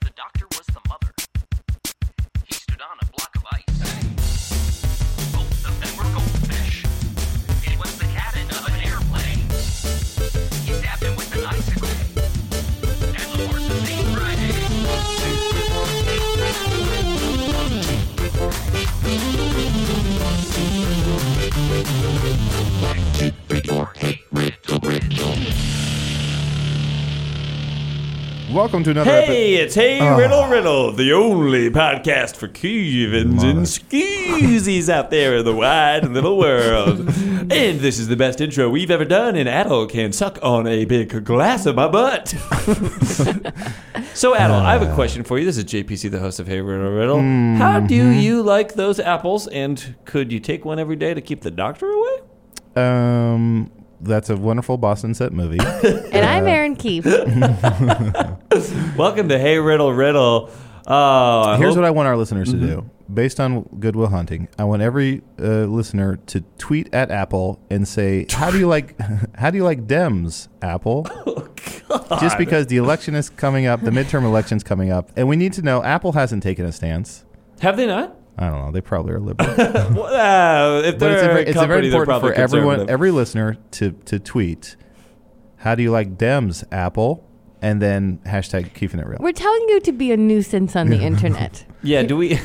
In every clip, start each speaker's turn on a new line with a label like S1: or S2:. S1: The doctor was the mother. He stood on a block of ice. Both of them were goldfish. It was the cabin of an airplane. He stabbed him with an icicle. And the horses ate Friday.
S2: Welcome to another episode.
S3: Hey, it's Hey Riddle Riddle, the only podcast for Cubans and Skeezies out there in the wide and little world. and this is the best intro we've ever done, and Adol can suck on a big glass of my butt. so, Adol, I have a question for you. This is JPC, the host of Hey Riddle Riddle. How do you like those apples, and could you take one every day to keep the doctor away?
S2: Um, that's a wonderful Boston set movie.
S4: And I'm Aaron Keefe.
S3: Welcome to Hey Riddle Riddle. Oh, I
S2: Here's
S3: hope- Mm-hmm.
S2: what I want our listeners to do. Based on Goodwill Hunting, I want every uh, listener to tweet at Apple and say, "How do you like? How do you like Dems, Apple?"
S3: Oh,
S2: Just because the election is coming up, the midterm election's coming up, and we need to know. Apple hasn't taken a stance.
S3: have they not?
S2: I don't know. They probably are liberal.
S3: Well, uh, if
S2: but
S3: they're
S2: it's, a very,
S3: a
S2: it's a very
S3: company, they're
S2: important
S3: probably
S2: for everyone,
S3: conservative.
S2: every listener to to tweet, "How do you like Dems, Apple?" And then hashtag keeping it real.
S4: We're telling you to be a nuisance on the internet.
S3: yeah, do we?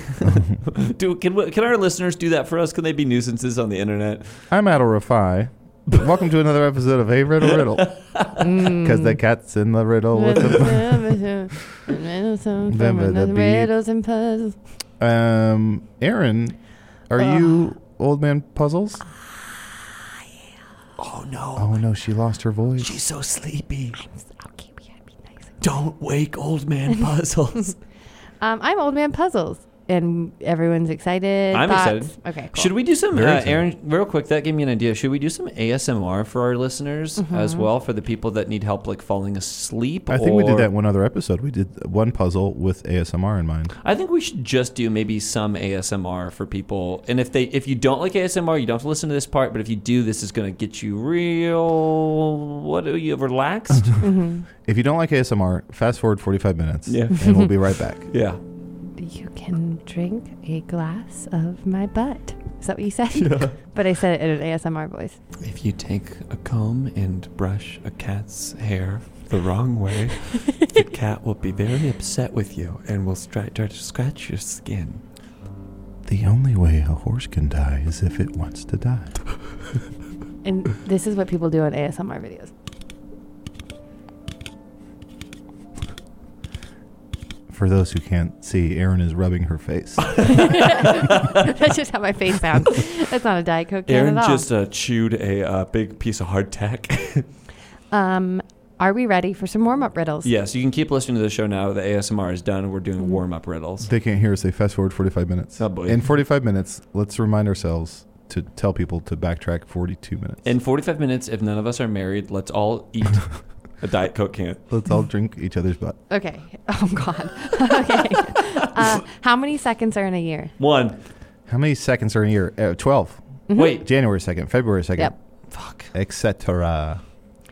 S3: do can we- can our listeners do that for us? Can they be nuisances on the internet?
S2: I'm Adel Rafi. Welcome to another episode of Hey Riddle Riddle. Because the cat's in the
S3: Oh,
S2: riddle. With the, the
S4: Riddles and puzzles.
S2: um, Aaron, are you old man puzzles?
S3: Oh no,
S2: Oh no, she lost her voice.
S3: she's so sleepy.
S4: Okay, we gotta be nice.
S3: Don't wake old man puzzles.
S4: Um, I'm Old Man Puzzles, and everyone's excited.
S3: I'm
S4: Thoughts?
S3: excited.
S4: Okay, cool.
S3: Should we do some, uh,
S2: Very excited.
S3: Aaron? Real quick, that gave me an idea. Should we do some ASMR for our listeners as well for the people that need help, like falling asleep?
S2: Mm-hmm. I think we did
S3: or-
S2: that one other episode. We did one puzzle with ASMR in mind.
S3: I think we should just do maybe some ASMR for people. And if they if you don't like ASMR, you don't have to listen to this part, but if you do, this is going to get you real what are you relaxed?
S4: Mm-hmm.
S2: If you don't like ASMR, fast forward 45 minutes
S3: Yeah.
S2: and we'll be right back.
S3: yeah.
S4: You can drink a glass of my butt. Is that what you said? But I said it in an ASMR voice.
S3: If you take a comb and brush a cat's hair the wrong way, the cat will be very upset with you and will stri- try to scratch your skin.
S2: The only way a horse can die is if it wants to die.
S4: And this is what people do on ASMR videos.
S2: For those who can't see, Aaron is rubbing her face.
S4: That's just how my face sounds. That's not a Diet Coke can
S3: Aaron
S4: at all.
S3: just uh, chewed a uh, big piece of hardtack.
S4: um, are we ready for some warm-up riddles?
S3: yes, you can keep listening to the show now. The ASMR is done. We're
S4: Mm-hmm.
S3: doing warm up riddles.
S2: they can't hear us. They fast forward 45 minutes.
S3: Oh, boy.
S2: In 45 minutes, let's remind ourselves to tell people to backtrack 42 minutes.
S3: In 45 minutes, if none of us are married, let's all eat a Diet Coke can.
S2: let's all drink each other's butt.
S4: Okay. Oh God. okay. Uh, how many seconds are in a year?
S3: One.
S2: How many seconds are in a year? Uh, 12.
S3: Mm-hmm. Wait.
S2: January 2nd, February 2nd,
S4: Mm-hmm. Yep.
S3: Fuck.
S2: etc.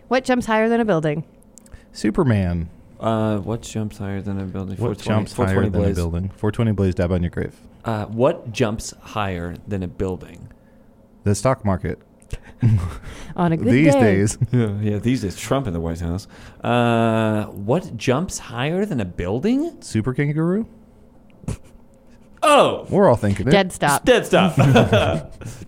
S4: What jumps higher than a building?
S2: Superman.
S3: Uh, what jumps higher than a building?
S2: What
S3: 420
S2: jumps higher
S3: 420
S2: than a
S3: blaze.
S2: building? 420 blaze, dab on your grave.
S3: Uh, what jumps higher than a building?
S2: The stock market
S4: On a good
S2: these
S4: day.
S2: days.
S3: Yeah, yeah, these days Trump in the White House. Uh, what jumps higher than a building?
S2: Super kangaroo?
S3: Oh,
S2: We're all thinking it.
S4: Dead stop.
S3: dead stop.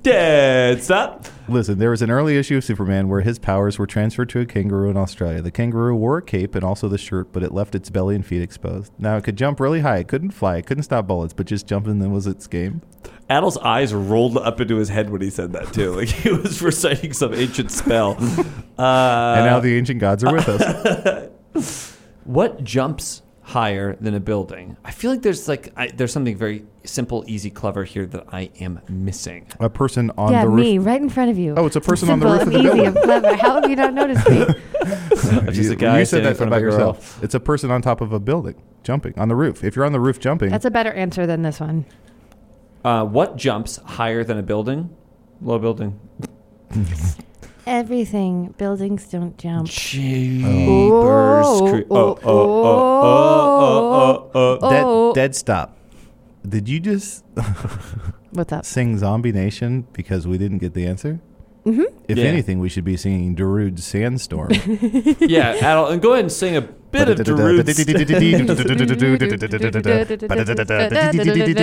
S3: dead stop.
S2: Listen, there was an early issue of Superman where his powers were transferred to a kangaroo in Australia. The kangaroo wore a cape and also the shirt, but it left its belly and feet exposed. Now it could jump really high, it couldn't fly, it couldn't stop bullets, but just jumping then was its game.
S3: Adel's eyes rolled up into his head when he said that too. Like he was reciting some ancient spell. Uh,
S2: And now the ancient gods are with us.
S3: What jumps higher than a building? I feel like there's like I, there's something very simple, easy, clever here that I am missing.
S2: A person on
S4: yeah,
S2: the roof.
S4: me right in front of you.
S2: Oh, it's a person on the
S4: Simple,
S2: roof of the
S4: easy,
S2: building.
S4: and clever. How have you not noticed me?
S3: Just a
S2: You-
S3: guy
S2: you
S3: standing
S2: said
S3: in
S2: that
S3: front
S2: about
S3: of a girl.
S2: yourself. It's a person on top of a building, jumping on the roof. If you're on the roof jumping,
S4: That's a better answer than this one.
S3: Uh, what jumps higher than a building? Low building.
S4: everything. Buildings don't jump.
S3: Jeepers.
S4: Oh.
S3: cre- oh, oh, oh, oh, oh, oh.
S2: Dead,
S4: Oh.
S2: dead stop. Did you just
S4: What's up?
S2: sing Zombie Nation because we didn't get the answer? Mm-hmm. If
S3: Yeah.
S2: anything, we should be singing Darude Sandstorm.
S3: Yeah, Adel, and go ahead and sing a bit of Darude's.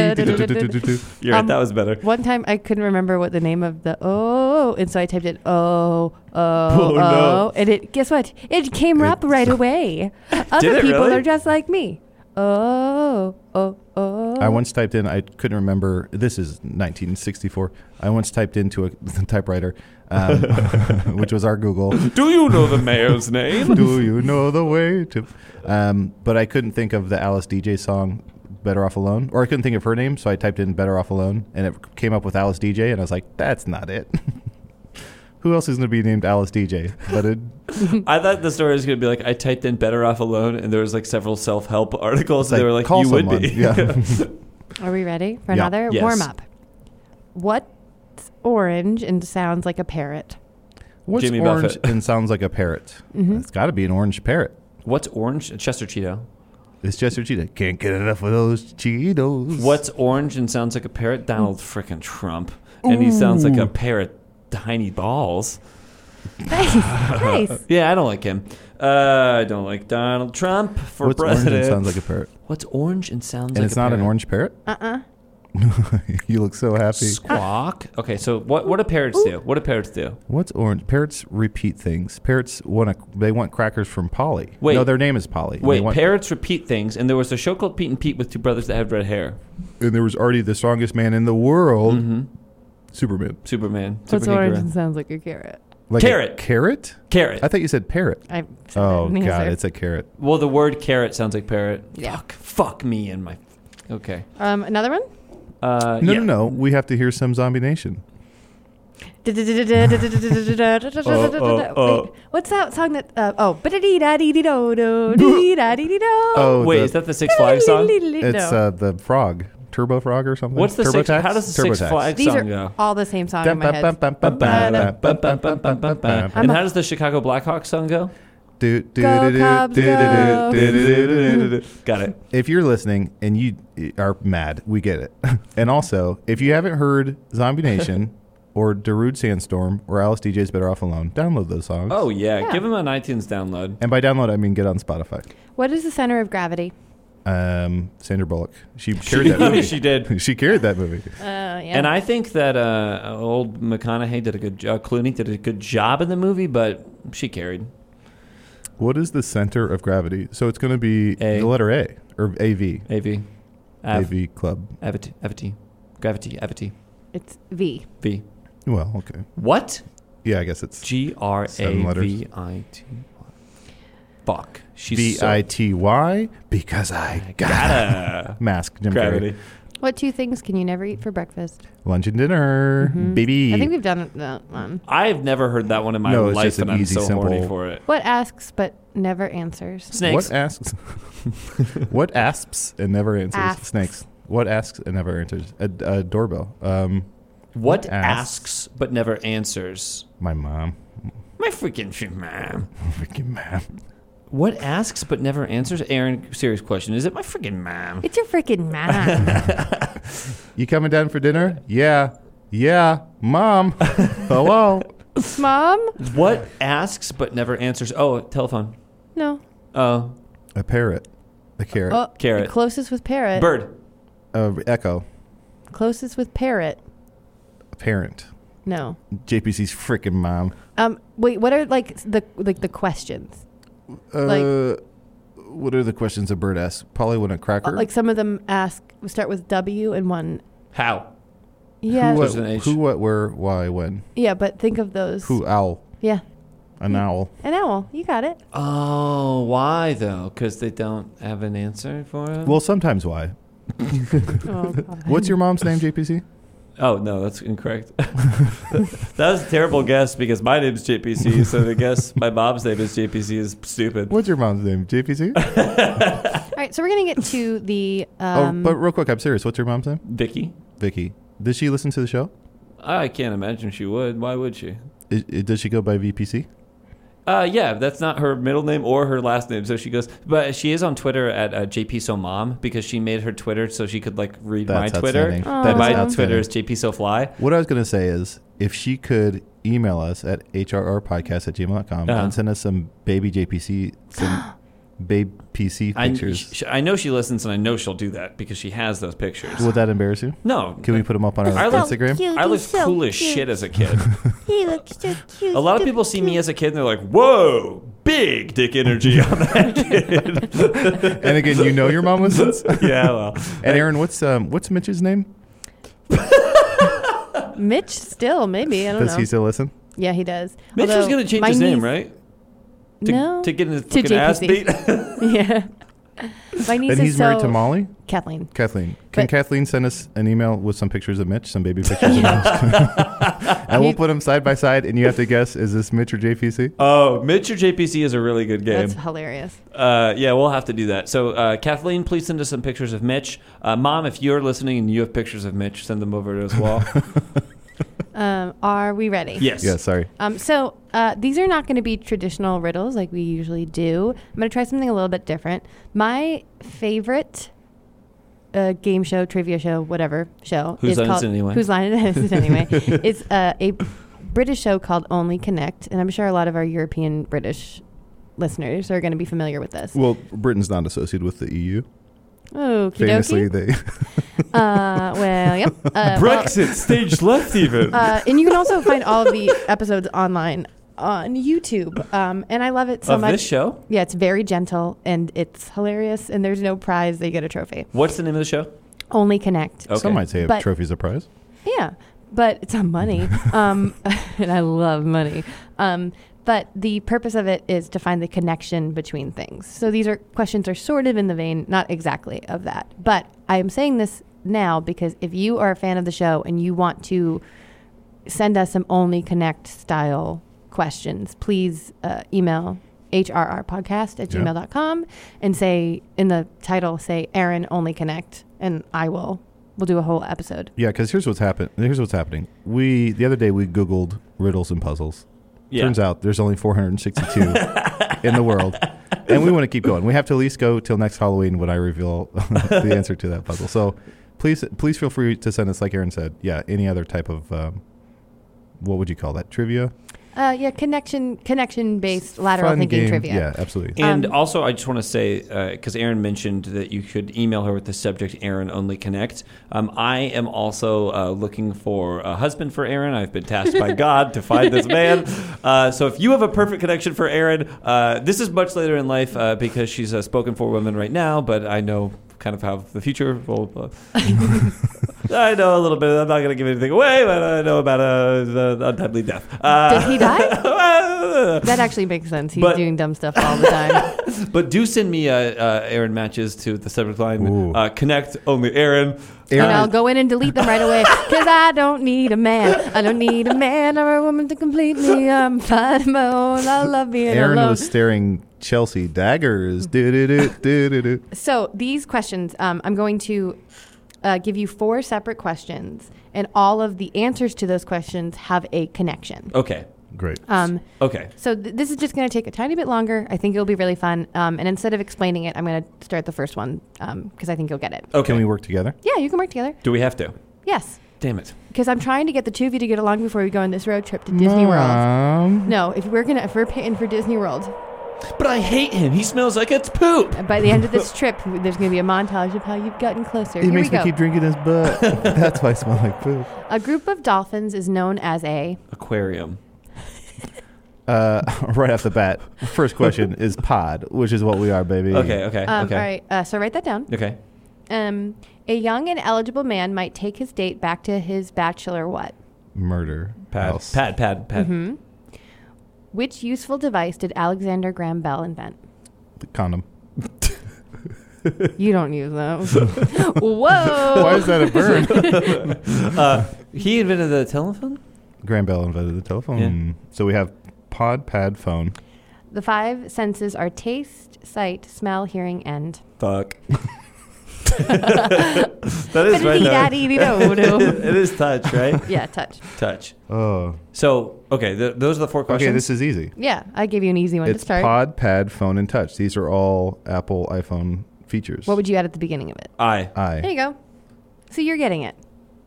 S3: You're right,
S4: Um,
S3: that was better.
S4: One time I couldn't remember what the name of the oh, and so I typed it oh oh oh,
S3: no.
S4: and it guess what? It came up right away. Other
S3: it
S4: people
S3: really?
S4: are just like me. Oh oh oh.
S2: I once typed in, I couldn't remember, this is 1964. I once typed into a typewriter, um, which was our Google,
S3: Do you know the mayor's name?
S2: Do you know the way to? Um, but I couldn't think of the Alice DJ song, "Better Off Alone," or I couldn't think of her name, so I typed in "Better Off Alone," and it came up with Alice DJ, and I was like, "That's not it." Who else is going to be named Alice DJ? But it,
S3: I thought the story was going to be like I typed in "better off alone" and there was like several self-help
S2: It's
S3: articles. and they
S2: like,
S3: were like,
S2: call
S3: "You would
S2: someone."
S3: be."
S2: Yeah.
S4: Are we ready for
S2: Yeah.
S4: another
S3: Yes.
S4: warm up? What's orange and sounds like a parrot?
S2: what's
S3: Jimmy
S2: orange
S3: Buffett. Mm-hmm.
S2: and sounds like a parrot? It's got to be an orange parrot.
S3: What's orange? Chester Cheeto.
S2: It's Chester Cheetah. Can't get enough of those Cheetos.
S3: What's orange and sounds like a parrot? Donald
S2: Mm.
S3: frickin' Trump, and he sounds like a parrot. Tiny balls.
S4: Nice, nice.
S3: Yeah, I don't like him. Uh, I don't like Donald Trump for
S2: What's
S3: president.
S2: orange and sounds like a parrot?
S3: What's orange and sounds
S2: and
S3: like
S2: it's
S3: a
S2: not an
S3: parrot? Uh-uh.
S2: orange parrot. Uh uh you look so happy.
S3: squawk. Okay, so what what do parrots do? What do parrots do?
S2: What's orange? Parrots repeat things. Parrots want to. They want crackers from Polly.
S3: Wait.
S2: no, their name is Polly. and they
S3: Wait,
S2: want,
S3: parrots repeat things, and there was a show called Pete and Pete with two brothers that had red hair.
S2: and there was already the strongest man in the world,
S3: Mm-hmm.
S2: Superman.
S3: Superman.
S4: What's
S3: Superhero.
S4: orange and sounds like a carrot?
S2: Like
S3: Carrot.
S2: A carrot.
S3: Carrot.
S2: I thought you said parrot.
S4: I
S2: Oh
S4: an
S2: God,
S4: answer.
S2: it's a carrot.
S3: well, the word carrot sounds like parrot.
S4: Yeah.
S3: Fuck, fuck me and my. Okay.
S4: um another one.
S3: Uh,
S2: No,
S3: yeah.
S2: no, no. We have to hear some Zombie Nation.
S3: Oh,
S4: Wait, What's that song that? Uh, oh, ba-da-dee-da-dee-dee-do-do, dee-da-dee-dee-do.
S2: Oh,
S3: Wait,
S2: the-
S3: is that the Six Flags song?
S2: It's
S4: No.
S2: uh, the frog, Turbo Frog or something.
S3: What's the
S2: Turbo
S3: six?
S2: Tax?
S3: How does the
S2: Turbo
S3: Six
S2: Tax.
S3: Flags
S4: These
S3: song
S4: are
S3: go?
S4: all the same song in my head.
S3: And
S4: I'm a-
S3: how does the Chicago Blackhawks song go?
S2: Do, do,
S4: Go,
S2: do, do,
S4: Cubs,
S2: do, do,
S4: go.
S2: do, do, do, do, do, do.
S3: Got it.
S2: if you're listening and you are mad, we get it. and also, if you haven't heard Zombie Nation or Darude Sandstorm or Alice DJ's Better Off Alone, download those songs.
S3: Oh yeah,
S4: Yeah.
S3: give them an iTunes download.
S2: And by download, I mean get on Spotify.
S4: What is the center of gravity?
S2: Um, Sandra Bullock. She carried that movie.
S3: she did.
S2: she carried that movie.
S4: Uh, yeah.
S3: And I think that uh, old McConaughey did a good jo- Clooney did a good job in the movie, but she carried.
S2: What is the center of gravity? So it's going to be
S3: A.
S2: the letter A or AV.
S3: AV. Av.
S2: AV Club.
S3: Avity. Avity. Gravity. Avity.
S4: it's V.
S3: V.
S2: Well, okay.
S3: What?
S2: Yeah, I guess it's
S3: G R
S2: Seven
S3: A
S2: letters.
S3: V I T. Fuck. She's
S2: V I T Y because I
S3: So-
S2: got it.
S3: gotta.
S2: Mask, Jim
S3: Gravity.
S2: Carrey.
S4: What two things can you never eat for breakfast?
S2: Lunch and dinner, baby.
S4: I think we've done that one.
S3: I've never heard that one in my
S2: No, it's
S3: life,
S2: just an
S3: and I'm
S2: easy,
S3: so horny
S2: simple-
S3: for it.
S4: What asks but never answers?
S3: Snakes.
S2: What asks? what asps and never answers?
S4: Asks.
S2: Snakes. What asks and never answers? A, a doorbell. Um,
S3: What asks
S2: asks?
S3: but never answers?
S2: my mom.
S3: My freaking shit, mom.
S2: Freaking mom.
S3: What asks but never answers? Aaron, serious question. Is it my freaking mom?
S4: It's your freaking mom.
S2: You coming down for dinner? Yeah. Yeah. Mom. Hello.
S4: mom?
S3: What asks but never answers? Oh, telephone.
S4: No.
S3: Oh,
S2: A parrot. A carrot.
S4: Oh,
S3: Carrot.
S4: Closest with parrot.
S3: bird.
S2: A echo.
S4: Closest with parrot.
S2: A parent.
S4: No.
S2: JPC's freaking mom.
S4: Um. Wait. What are like the like the questions?
S2: Uh,
S4: Like-
S2: what are the questions a bird asks? Probably when a cracker.
S4: Like some of them ask start with W and one.
S3: How?
S4: Yeah.
S2: who, what,
S3: There's an H.
S2: who, what, where, why, when?
S4: yeah. But think of those.
S2: Who? Owl.
S4: Yeah. Hmm.
S2: An owl.
S4: An owl. You got it.
S3: Oh, why though? Because they don't have an answer for it.
S2: Well, sometimes why.
S4: Oh, God.
S2: What's your mom's name, JPC?
S3: oh no, that's incorrect. that was a terrible guess because my name's JPC, so the guess my mom's name is JPC is stupid.
S2: What's your mom's name, JPC?
S4: All right. So we're gonna get to the. Um,
S2: oh, but real quick, I'm serious. What's your mom's name?
S3: Vicky.
S2: Vicky. Does she listen to the show?
S3: I can't imagine she would. Why would she?
S2: i i does she go by VPC?
S3: Uh, yeah, that's not her middle name or her last name. So she goes, but she is on Twitter at uh, JPSoMom because she made her Twitter so she could like read
S2: That's
S3: my Twitter.
S2: outstanding.
S4: Aw.
S2: That is
S3: my
S2: outstanding.
S3: Twitter is JPSoFly.
S2: What I was going to say is if she could email us at hrrpodcast at gmail.com
S3: Uh-huh.
S2: and send us some baby JPC, some babe PC
S3: I,
S2: pictures,
S3: sh- I know she listens and I know she'll do that because she has those pictures.
S2: would that embarrass you?
S3: No,
S2: Can we put them up on our
S3: I love
S2: Instagram?
S5: Cute,
S3: I
S5: he's
S3: was
S5: so
S3: cool as
S5: cute.
S3: shit as a kid.
S5: He looks so cute.
S3: A lot of people see me as a kid and they're like, whoa, big dick energy on that kid.
S2: And again, you know your mom listens. and
S3: yeah, well.
S2: Aaron, what's um, what's Mitch's name?
S4: Mitch still maybe I don't
S2: Does
S4: know.
S2: he still listen?
S4: yeah, he does.
S3: Mitch was
S4: Although,
S3: going to change
S4: my
S3: his name,
S4: niece-
S3: right? To,
S4: No,
S3: to get his
S4: To
S3: fucking ass
S4: JPC.
S3: beat.
S4: yeah. My niece is
S2: and he's married
S4: so
S2: to Molly?
S4: Kathleen.
S2: Kathleen. Can
S4: But-
S2: Kathleen send us an email with some pictures of Mitch, some baby pictures of Mitch? and we'll put them side by side, and you have to guess is this Mitch or JPC?
S3: oh, Mitch or JPC is a really good game.
S4: That's hilarious.
S3: Uh, yeah, we'll have to do that. So, uh, Kathleen, please send us some pictures of Mitch. Uh, Mom, if you're listening and you have pictures of Mitch, send them over as well.
S4: Um, are we ready?
S3: yes.
S2: Yeah, sorry.
S4: Um, so uh, these are not going to be traditional riddles like we usually do. I'm going to try something a little bit different. My favorite uh, game show, trivia show, whatever show
S3: Whose
S4: is
S3: Line Is
S4: called
S3: It Anyway?
S4: Whose line is it anyway? it's uh, a British show called Only Connect, and I'm sure a lot of our European British listeners are going to be familiar with this.
S2: Well, Britain's not associated with
S3: E
S2: the EU.
S4: Okie
S2: Famously,
S4: dokie.
S2: they.
S4: Uh, well, yep. Uh, well-
S3: Brexit stage left, even.
S4: Uh, and you can also find all of the episodes online on YouTube. Um, and I love it so
S3: of
S4: much.
S3: this show?
S4: Yeah, it's very gentle and it's hilarious. And there's no prize; they get a trophy.
S3: What's the name of the show?
S4: Only connect.
S3: Okay.
S2: Some might say a
S4: But-
S2: trophy's a prize.
S4: Yeah, but it's on money, um, and I love money. Um, but the purpose of it is to find the connection between things. So these are questions are sort of in the vein, not exactly of that. But I am saying this now because if you are a fan of the show and you want to send us some only connect style questions, please uh, email hrrpodcast at
S2: Yeah.
S4: gmail.com and say in the title say aaron only connect and i will we'll do a whole episode
S2: Yeah, because here's what's happened. Here's what's happening. We the other day we Googled riddles and puzzles.
S3: Yeah.
S2: Turns out there's only 462 in the world, and we want to keep going. We have to at least go till next Halloween when I reveal the answer to that puzzle. So please, please feel free to send us, like Aaron said, yeah, any other type of um, what would you call that trivia?
S4: Uh, yeah, connection connection based lateral
S2: Fun
S4: thinking
S2: game.
S4: trivia.
S2: Yeah, absolutely.
S3: And
S4: Um,
S3: also, I just want to say because Aaron mentioned that you could email her with the subject "Aaron Only Connect." Um, I am also uh, looking for a husband for Aaron. I've been tasked by God to find this man. Uh, so, if you have a perfect connection for Aaron, uh, this is much later in life uh, because she's a spoken for woman right now. But I know kind of how the future will. Uh, I know a little bit. I'm not going to give anything away, but I know about uh, the untimely death. Uh,
S4: Did he die? That actually makes sense. He's
S3: But-
S4: doing dumb stuff all the time.
S3: But do send me uh, uh, Aaron matches to the subject
S2: Ooh.
S3: line. Uh, connect only Aaron. Um,
S4: and
S2: Aaron
S4: I'll
S2: is-
S4: go in and delete them right away because I don't need a man. I don't need a man or a woman to complete me. I'm fine on my own. I love being
S2: Aaron
S4: alone.
S2: was staring Chelsea daggers. Do-do-do-do-do-do.
S4: so these questions, um, I'm going to uh, give you four separate questions, and all of the answers to those questions have a connection.
S3: Okay.
S2: Great.
S4: Um,
S3: Okay.
S4: So th- this is just going to take a tiny bit longer. I think it'll be really fun. Um, and instead of explaining it, I'm going to start the first one because I think you'll get it.
S3: Okay.
S2: Can we work together?
S4: Yeah, you can work together.
S3: do we have to?
S4: Yes,
S3: Damn it.
S4: because I'm trying to get the two of you to get along before we go on this road trip to Disney World.
S2: Mom.
S4: No, if we're gonna if we're paying for Disney World uh,
S3: But I hate him. He smells like it's poop.
S4: by the end of this trip, there's gonna be a montage of how you've gotten closer.
S2: He
S4: Here
S2: makes
S4: we
S2: me
S4: go.
S2: keep drinking his butt. That's why I smell like poop.
S4: a group of dolphins is known as a.
S3: Aquarium.
S2: Uh, right off the bat, first question is pod, which is what we are, baby.
S3: Okay. Okay.
S4: Um,
S3: okay.
S4: All right, uh, so write that down.
S3: Okay.
S4: Um, a young and eligible man might take his date back to his bachelor. What?
S2: Murder.
S3: Pad.
S2: house.
S3: Pad. Pad. Pad.
S4: Which useful device did Alexander Graham Bell invent?
S2: Condom.
S4: You don't use those. Whoa.
S2: Why is that a burn?
S3: Uh, He invented the telephone.
S2: Graham Bell invented the telephone. So we have pod, pad, phone.
S4: The five senses are taste, sight, smell, hearing, and.
S3: Fuck. that is right. though.
S4: Ba-da-dee-da-dee-do-do.
S3: it is touch, right?
S4: yeah, touch.
S3: touch.
S2: Oh,
S3: So, okay, th- those are the four questions.
S2: okay. This is easy.
S4: Yeah, I gave you an easy one
S2: It's
S4: to start.
S2: Pod, Pad, Phone, and Touch. These are all Apple iPhone features.
S4: What would you add at the beginning of it?
S3: I
S4: There
S2: I
S4: you go. So you're getting it.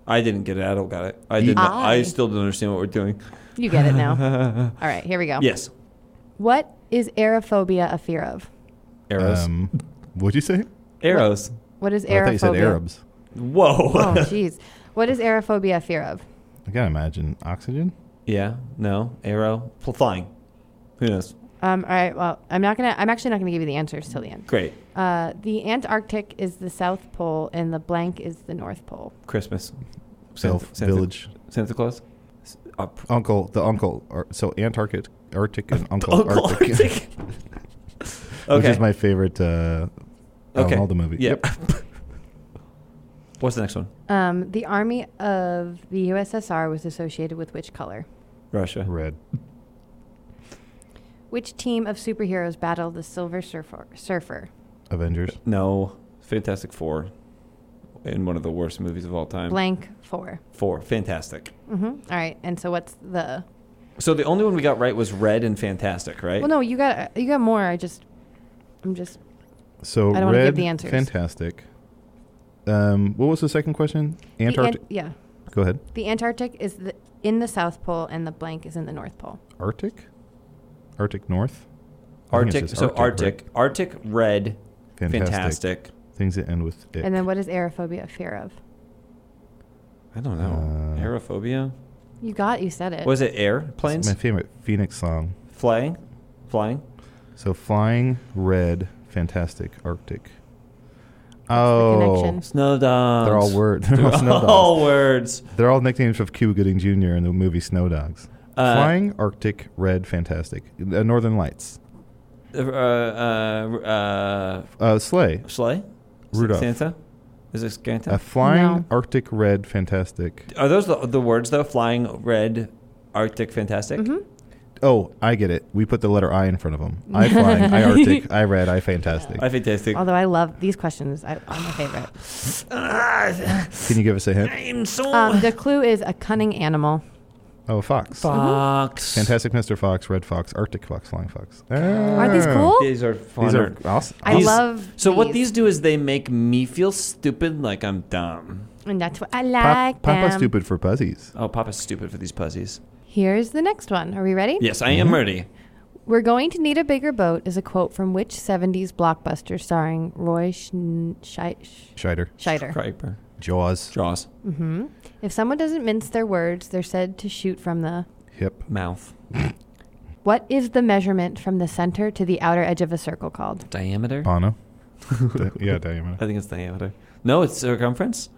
S3: I didn't get it. I don't got it. I did. not I
S4: I.
S3: still don't understand what we're doing.
S4: You get it now. All right, here we go.
S3: Yes,
S4: What is aerophobia a fear of?
S3: arrows.
S2: um, what'd you say?
S3: arrows.
S4: What is
S2: Oh, I
S4: aerophobia?
S2: thought you said Arabs.
S3: Whoa.
S4: oh, jeez. What is aerophobia a fear of?
S2: I gotta imagine oxygen.
S3: yeah. No. Arrow. Pl- flying. Who knows?
S4: Um, all right. Well, I'm not gonna. I'm actually not gonna give you the answers till the end.
S3: Great.
S4: Uh, the Antarctic is the South Pole, and the blank is the North Pole.
S3: Christmas.
S2: Self
S3: Santa-
S2: village.
S3: Santa Claus. S- uh, p-
S2: Uncle, the uncle. Ar- So Antarctic, Arctic, and Uncle,
S3: Uncle
S2: Arctic,
S3: Arctic. okay.
S2: which is my favorite uh, Alan
S3: okay.
S2: Alda movie.
S3: Yep. What's the next one?
S4: Um, the army of the USSR was associated with which color?
S3: Russia.
S2: Red.
S4: Which team of superheroes battled the Silver Surfer? Surfer.
S2: Avengers.
S3: No. Fantastic Four. In one of the worst movies of all time.
S4: Blank four.
S3: Four. Fantastic.
S4: Mm-hmm. All right. And so what's the?
S3: So the only one we got right was red and fantastic, right?
S4: Well, no, you got you got more. I just, I'm just.
S2: So
S4: I don't wanna
S2: red.
S4: give the answers.
S2: Fantastic. Um, what was the second question?
S4: the Ant-
S2: Antarctic.
S4: yeah.
S2: Go ahead.
S4: The Antarctic is the, in the South Pole, and the blank is in the North Pole.
S2: Arctic. Arctic North. I think it's
S3: Arctic.
S2: just
S3: So
S2: Arctic,
S3: Arctic. Arctic, red,
S2: Fantastic.
S3: fantastic.
S2: Things that end with ick.
S4: And then what is aerophobia a fear of?
S3: I don't know.
S2: Uh,
S3: Aerophobia.
S4: You got. You said it.
S3: Was it airplanes?
S2: My favorite Phoenix song.
S3: Flying. Flying.
S2: So flying red, fantastic, Arctic.
S4: connection?
S2: Oh,
S3: Snow dogs.
S2: they're all words. They're all, snow dogs.
S3: All words.
S2: They're all nicknames of Cuba Gooding Jr. in the movie Snow Dogs.
S3: Uh,
S2: flying Arctic, red, fantastic, uh, Northern Lights,
S3: Uh, uh,
S2: uh, sleigh,
S3: uh, sleigh.
S2: Rudolph.
S3: Santa. Is it Santa?
S2: a flying
S4: No.
S2: Arctic red, fantastic.
S3: Are those the, the words though? Flying red, Arctic, fantastic.
S4: Mm-hmm.
S2: Oh, I get it. We put the letter I in front of them. I flying, I Arctic, I red, I fantastic.
S3: I fantastic.
S4: Although I love these questions, I, are my favorite.
S2: Can you give us a hint?
S3: Ah, I'm so
S4: Um, the clue is a cunning animal.
S2: Oh, fox.
S3: Fox.
S2: Fantastic Mr. Fox, Red Fox, Arctic Fox, Flying Fox.
S4: Aren't these
S2: Ah.
S4: cool?
S3: These are fun.
S2: These are awesome.
S4: I
S3: These-
S4: love
S3: So what
S4: these.
S3: these do is they make me feel stupid, like I'm dumb.
S4: And that's what I
S2: Pop-
S4: like.
S2: Papa
S4: them.
S2: Stupid for Puzzies.
S3: Oh, Papa's stupid for these pussies.
S4: Here's the next one. Are we ready?
S3: Yes, I
S2: Mm-hmm.
S3: am ready.
S4: We're going to need a bigger boat is a quote from which 70s blockbuster starring Roy Schn- Schei- Sch-
S2: Scheider.
S4: Scheider.
S3: Criper.
S2: Jaws.
S3: Jaws.
S4: If someone doesn't mince their words, they're said to shoot from the.
S2: Hip.
S3: Mouth.
S4: What is the measurement from the center to the outer edge of a circle called?
S3: Diameter.
S2: Bono. Di- yeah, Diana.
S3: I think it's diameter. No, it's circumference.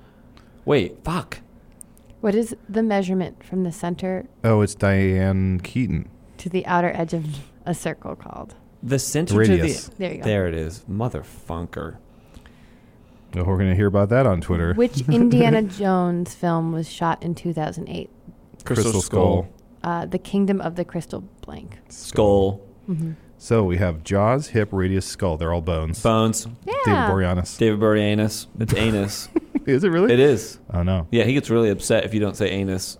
S3: Wait, fuck.
S4: What is the measurement from the center
S2: Oh, it's Diane Keaton.
S4: to the outer edge of a circle called?
S3: The center
S2: Radius.
S3: to the
S4: There you go.
S3: There it is, motherfunker.
S2: Oh, we're going to hear about that on Twitter.
S4: Which Indiana Jones film was shot in 2008? Uh, the Kingdom of the Crystal Blank.
S3: Skull.
S2: So we have Jaws, Hip, Radius, Skull. They're all bones.
S3: Bones.
S2: David
S4: Yeah.
S2: Boreanaz.
S3: David Bowie anus. It's anus.
S2: Is it really?
S3: it is.
S2: Oh, no.
S3: Yeah, he gets really upset if you don't say anus.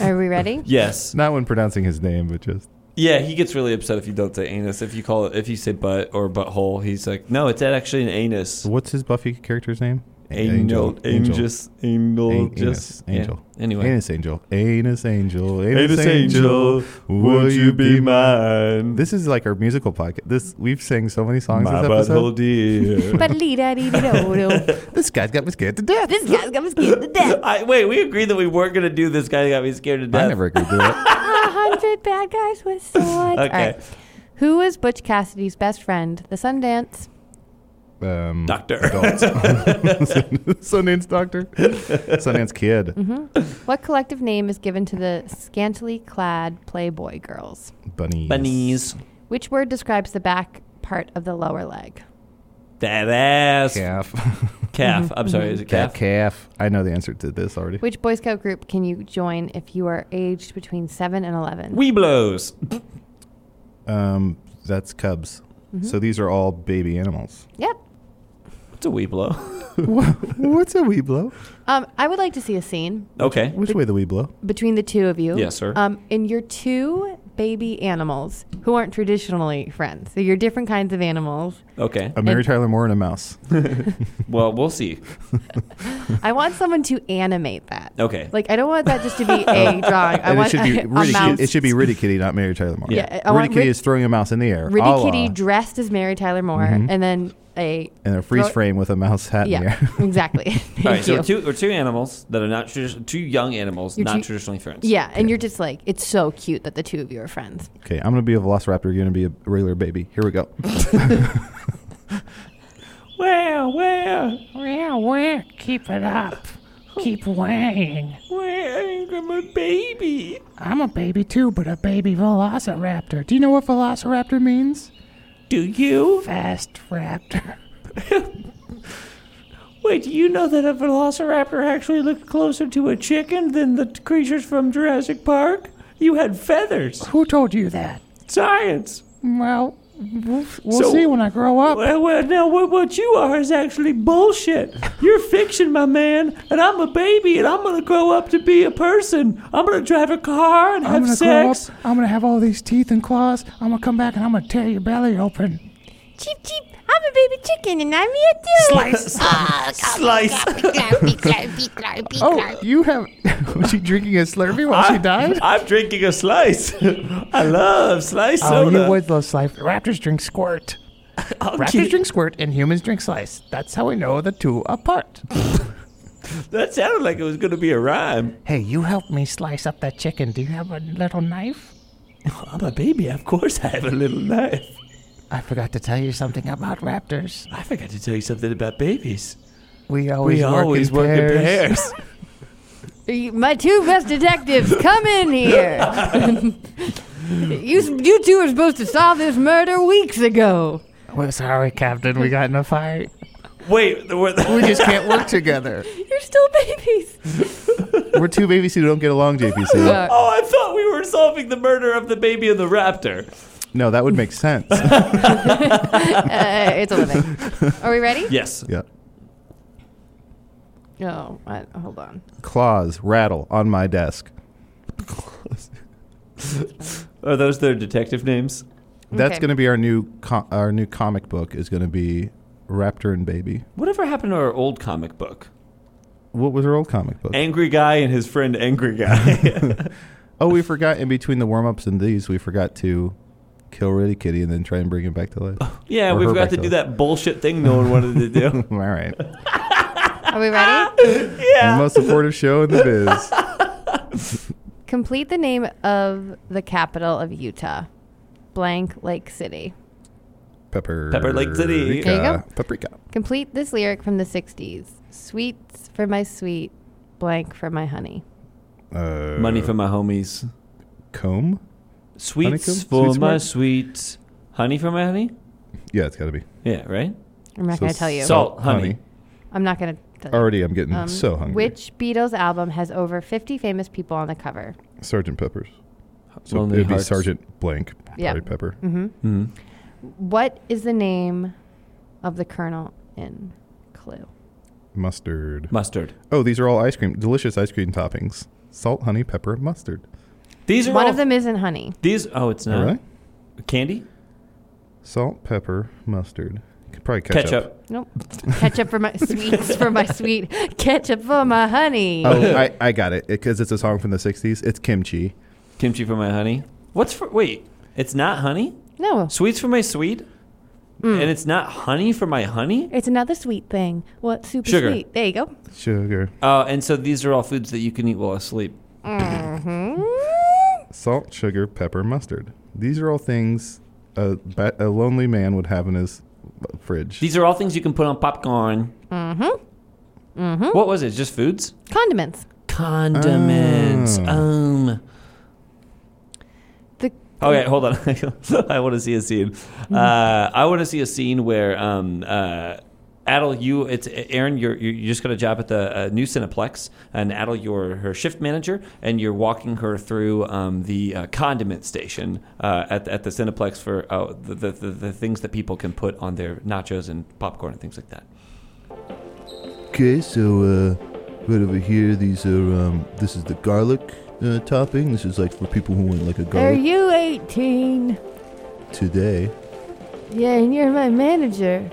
S4: Are we ready?
S3: Yes.
S2: Not when pronouncing his name, but just.
S3: Yeah, he gets really upset if you don't say anus. If you call it, if you say butt or butthole, he's like, no, it's actually an anus.
S2: What's his Buffy character's name?
S3: Angel,
S2: Angel.
S3: anus, angel,
S2: An-
S3: just
S2: anus, angel.
S3: Yeah. Anyway,
S2: Anus Angel. Anus Angel.
S3: Anus angel, would you be mine?
S2: This is like our musical podcast. This we've sang so many songs
S3: my
S2: this
S3: butthole,
S2: episode.
S3: dear.
S4: Ba-dee-da-dee-dee-do-do.
S2: This guy's got me scared to death.
S5: This guy's gonna scared to death.
S3: I, wait, we agreed that we weren't gonna do this. Guy got me scared to death.
S2: I never agreed to that.
S4: A hundred bad guys with swords. All
S3: Okay.
S4: right. Who was Butch Cassidy's best friend? The Sundance.
S2: Um,
S3: Doctor.
S2: adults. Sundance Doctor. Sundance Kid.
S4: Mm-hmm. What collective name is given to the scantily clad Playboy girls?
S2: Bunnies.
S3: Bunnies.
S4: Which word describes the back part of the lower leg?
S3: That ass.
S2: Calf.
S3: Calf.
S2: Mm-hmm.
S3: I'm sorry, is it calf?
S2: That calf. I know the answer to this already.
S4: Which Boy Scout group can you join if you are aged between 7 and 11?
S3: Weeblos.
S4: Mm-hmm.
S2: Um, that's cubs. So these are all baby animals.
S4: yep.
S3: It's a weeblo.
S2: What's a wee blow?
S4: Um, I would like to see a scene
S3: Okay.
S2: Which way the wee blow?
S4: between the two of you.
S3: Yes, sir.
S4: Um, and your two baby animals who aren't traditionally friends. So you're different kinds of animals.
S3: Okay.
S2: A Mary Tyler Moore and a mouse.
S3: Well, we'll see.
S4: I want someone to animate that.
S3: Okay.
S4: Like I don't want that just to be a drawing. I
S2: and it
S4: want
S2: should be
S4: a,
S2: Riddick,
S4: mouse.
S2: It should be Riddick Kitty, not Mary Tyler Moore.
S3: Yeah.
S4: Yeah, I want
S2: Riddick Kitty
S4: Rid-
S2: is throwing a mouse in the air.
S4: Riddick
S2: a la-
S4: Kitty dressed as Mary Tyler Moore, and then a
S2: and a freeze
S4: throw-
S2: frame with a mouse hat in the
S4: yeah,
S2: air.
S4: exactly. Thank
S3: All right. So
S4: you.
S3: we're two, we're two animals that are not tradi- two young animals,
S4: You're
S3: not
S4: two-
S3: traditionally friends.
S4: yeah, and you're just like it's so cute that the two of you are friends.
S2: okay, I'm gonna be a velociraptor. You're gonna be a regular baby. Here we go.
S3: Wow. Wow.
S6: Yeah, where? Keep it up. Keep weighing.
S3: Wow. I'm a baby.
S6: I'm a baby too, but a baby velociraptor. Do you know what velociraptor means?
S3: Do you?
S6: Fast raptor.
S3: Wait. Do you know that a velociraptor actually looked closer to a chicken than the creatures from Jurassic Park? You had feathers.
S6: Who told you that?
S3: Science.
S6: Well, we'll, we'll
S3: So-
S6: see when I grow up.
S3: Well, well now what, what you are is actually bullshit. You're fiction, my man, and I'm a baby, and I'm gonna grow up to be a person. I'm gonna drive a car and
S6: I'm
S3: have
S6: gonna
S3: sex.
S6: grow up. I'm gonna have all these teeth and claws. I'm gonna come back and I'm gonna tear your belly open.
S5: Cheep, cheep. I'm a baby chicken and I'm here too.
S3: Slice.
S5: Oh,
S3: Slice.
S5: Glurpy, glurpy, glurpy,
S2: Oh, you have. was she drinking a Slurpee while she died?
S3: I'm drinking a slice. I love slice
S6: Oh,
S3: soda.
S6: you would love slice. Raptors drink squirt. Raptors
S3: Okay,
S6: drink squirt and humans drink slice. That's how we know the two apart.
S3: That sounded like it was gonna be a rhyme.
S6: Hey, you helped me slice up that chicken. Do you have a little knife?
S3: I'm a baby. Of course, I have a little knife.
S6: I forgot to tell you something about raptors.
S3: I forgot to tell you something about babies.
S6: We always
S3: We
S6: work
S3: always
S6: in
S3: work
S6: pairs.
S3: in pairs.
S4: You- My two best detectives, come in here. you, s- you two were supposed to solve this murder weeks ago.
S6: We're sorry, Captain. We got in a fight.
S3: Wait, the,
S6: We just can't work together.
S4: You're still babies.
S2: We're two babies who don't get along, JPC.
S4: Uh,
S3: oh, I thought we were solving the murder of the baby and the raptor.
S2: No, that would make sense.
S4: uh, it's a living. Are we ready?
S3: Yes.
S2: yeah.
S4: No, I, hold on.
S2: Claws rattle on my desk.
S3: Are those their detective names?
S2: That's
S4: Okay.
S2: going to be our new co- our new comic book is going to be Raptor and Baby.
S3: Whatever happened to our old comic book?
S2: What was our old comic book?
S3: Angry Guy and his friend Angry Guy.
S2: oh, we forgot in between the warm ups and these, we forgot to kill Riddick Kitty and then try and bring him back to life. All
S3: yeah,
S2: Or
S3: we
S2: her
S3: forgot to
S2: back
S3: do
S2: to
S3: that bullshit thing no one wanted to do.
S2: right,
S4: Are we ready?
S2: most supportive show in the biz.
S4: Complete the name of the capital of Utah. Blank Lake City.
S2: Pepper.
S3: Pepper Lake City.
S4: There you go.
S2: Paprika.
S4: Complete this lyric from the 60s. Sweets for my sweet, blank for my honey.
S2: Uh,
S3: Money for my homies.
S2: comb.
S3: Sweets
S2: Honeycomb?
S3: for
S2: Sweet
S3: my
S2: Smart?
S3: sweet. Honey for my honey?
S2: Yeah, it's got to be
S3: Yeah, right?
S4: I'm not
S2: So
S4: going to tell you.
S3: salt. honey.
S4: I'm not going to tell you.
S2: Already, I'm getting
S4: Um,
S2: so hungry.
S4: Which Beatles album has over 50 famous people on the cover?
S2: Sergeant Peppers. So
S3: Lonely
S2: it'd be
S3: Hearts.
S2: Sergeant Blank.
S4: Yeah. Mm-hmm.
S2: Probably Pepper.
S3: Mhm.
S4: What is the name of the colonel in Clue?
S2: Mustard.
S3: Mustard.
S2: Oh, these are all ice cream, delicious ice cream toppings: salt, honey, pepper, mustard.
S3: These are
S4: One
S3: all,
S4: of them isn't honey.
S3: These. Oh, it's
S2: All
S3: not.
S2: right,
S3: Candy?
S2: salt, pepper, mustard. Could probably ketchup.
S3: Ketchup.
S4: Nope. ketchup for my sweets for my sweet. Ketchup for my honey.
S2: Oh, I, I got it because it's a song from the '60s. It's kimchi.
S3: Kimchi for my honey. What's for. Wait. It's not honey?
S4: No.
S3: Sweets for my sweet?
S4: Hmm.
S3: And it's not honey for my honey?
S4: It's another sweet thing. What super
S3: Sugar.
S4: sweet? There you go.
S2: Sugar,
S3: Uh, and so these are all foods that you can eat while asleep. Mm-hmm.
S2: salt, sugar, pepper, mustard. These are all things a, ba- a lonely man would have in his fridge.
S3: These are all things you can put on popcorn. Mm-hmm. Mm-hmm. What was it? Just foods?
S4: Condiments.
S3: Condiments.
S2: Oh.
S3: Um.
S4: The
S3: Okay, hold on. I want to see a scene. Uh, I want to see a scene where, um, uh, Adel, you, it's Aaron. You're you you just got a job at the uh, new Cineplex, and Adel, you're her shift manager, and you're walking her through um, the uh, condiment station uh, at the- oh, at the Cineplex for uh, the, the, the the things that people can put on their nachos and popcorn and things like that.
S7: Okay, so uh, right over here, these are um, this is the garlic uh, topping. This is like for people who want like a
S4: Are
S7: garlic
S4: you 18?
S7: today.
S4: Yeah, and you're my manager.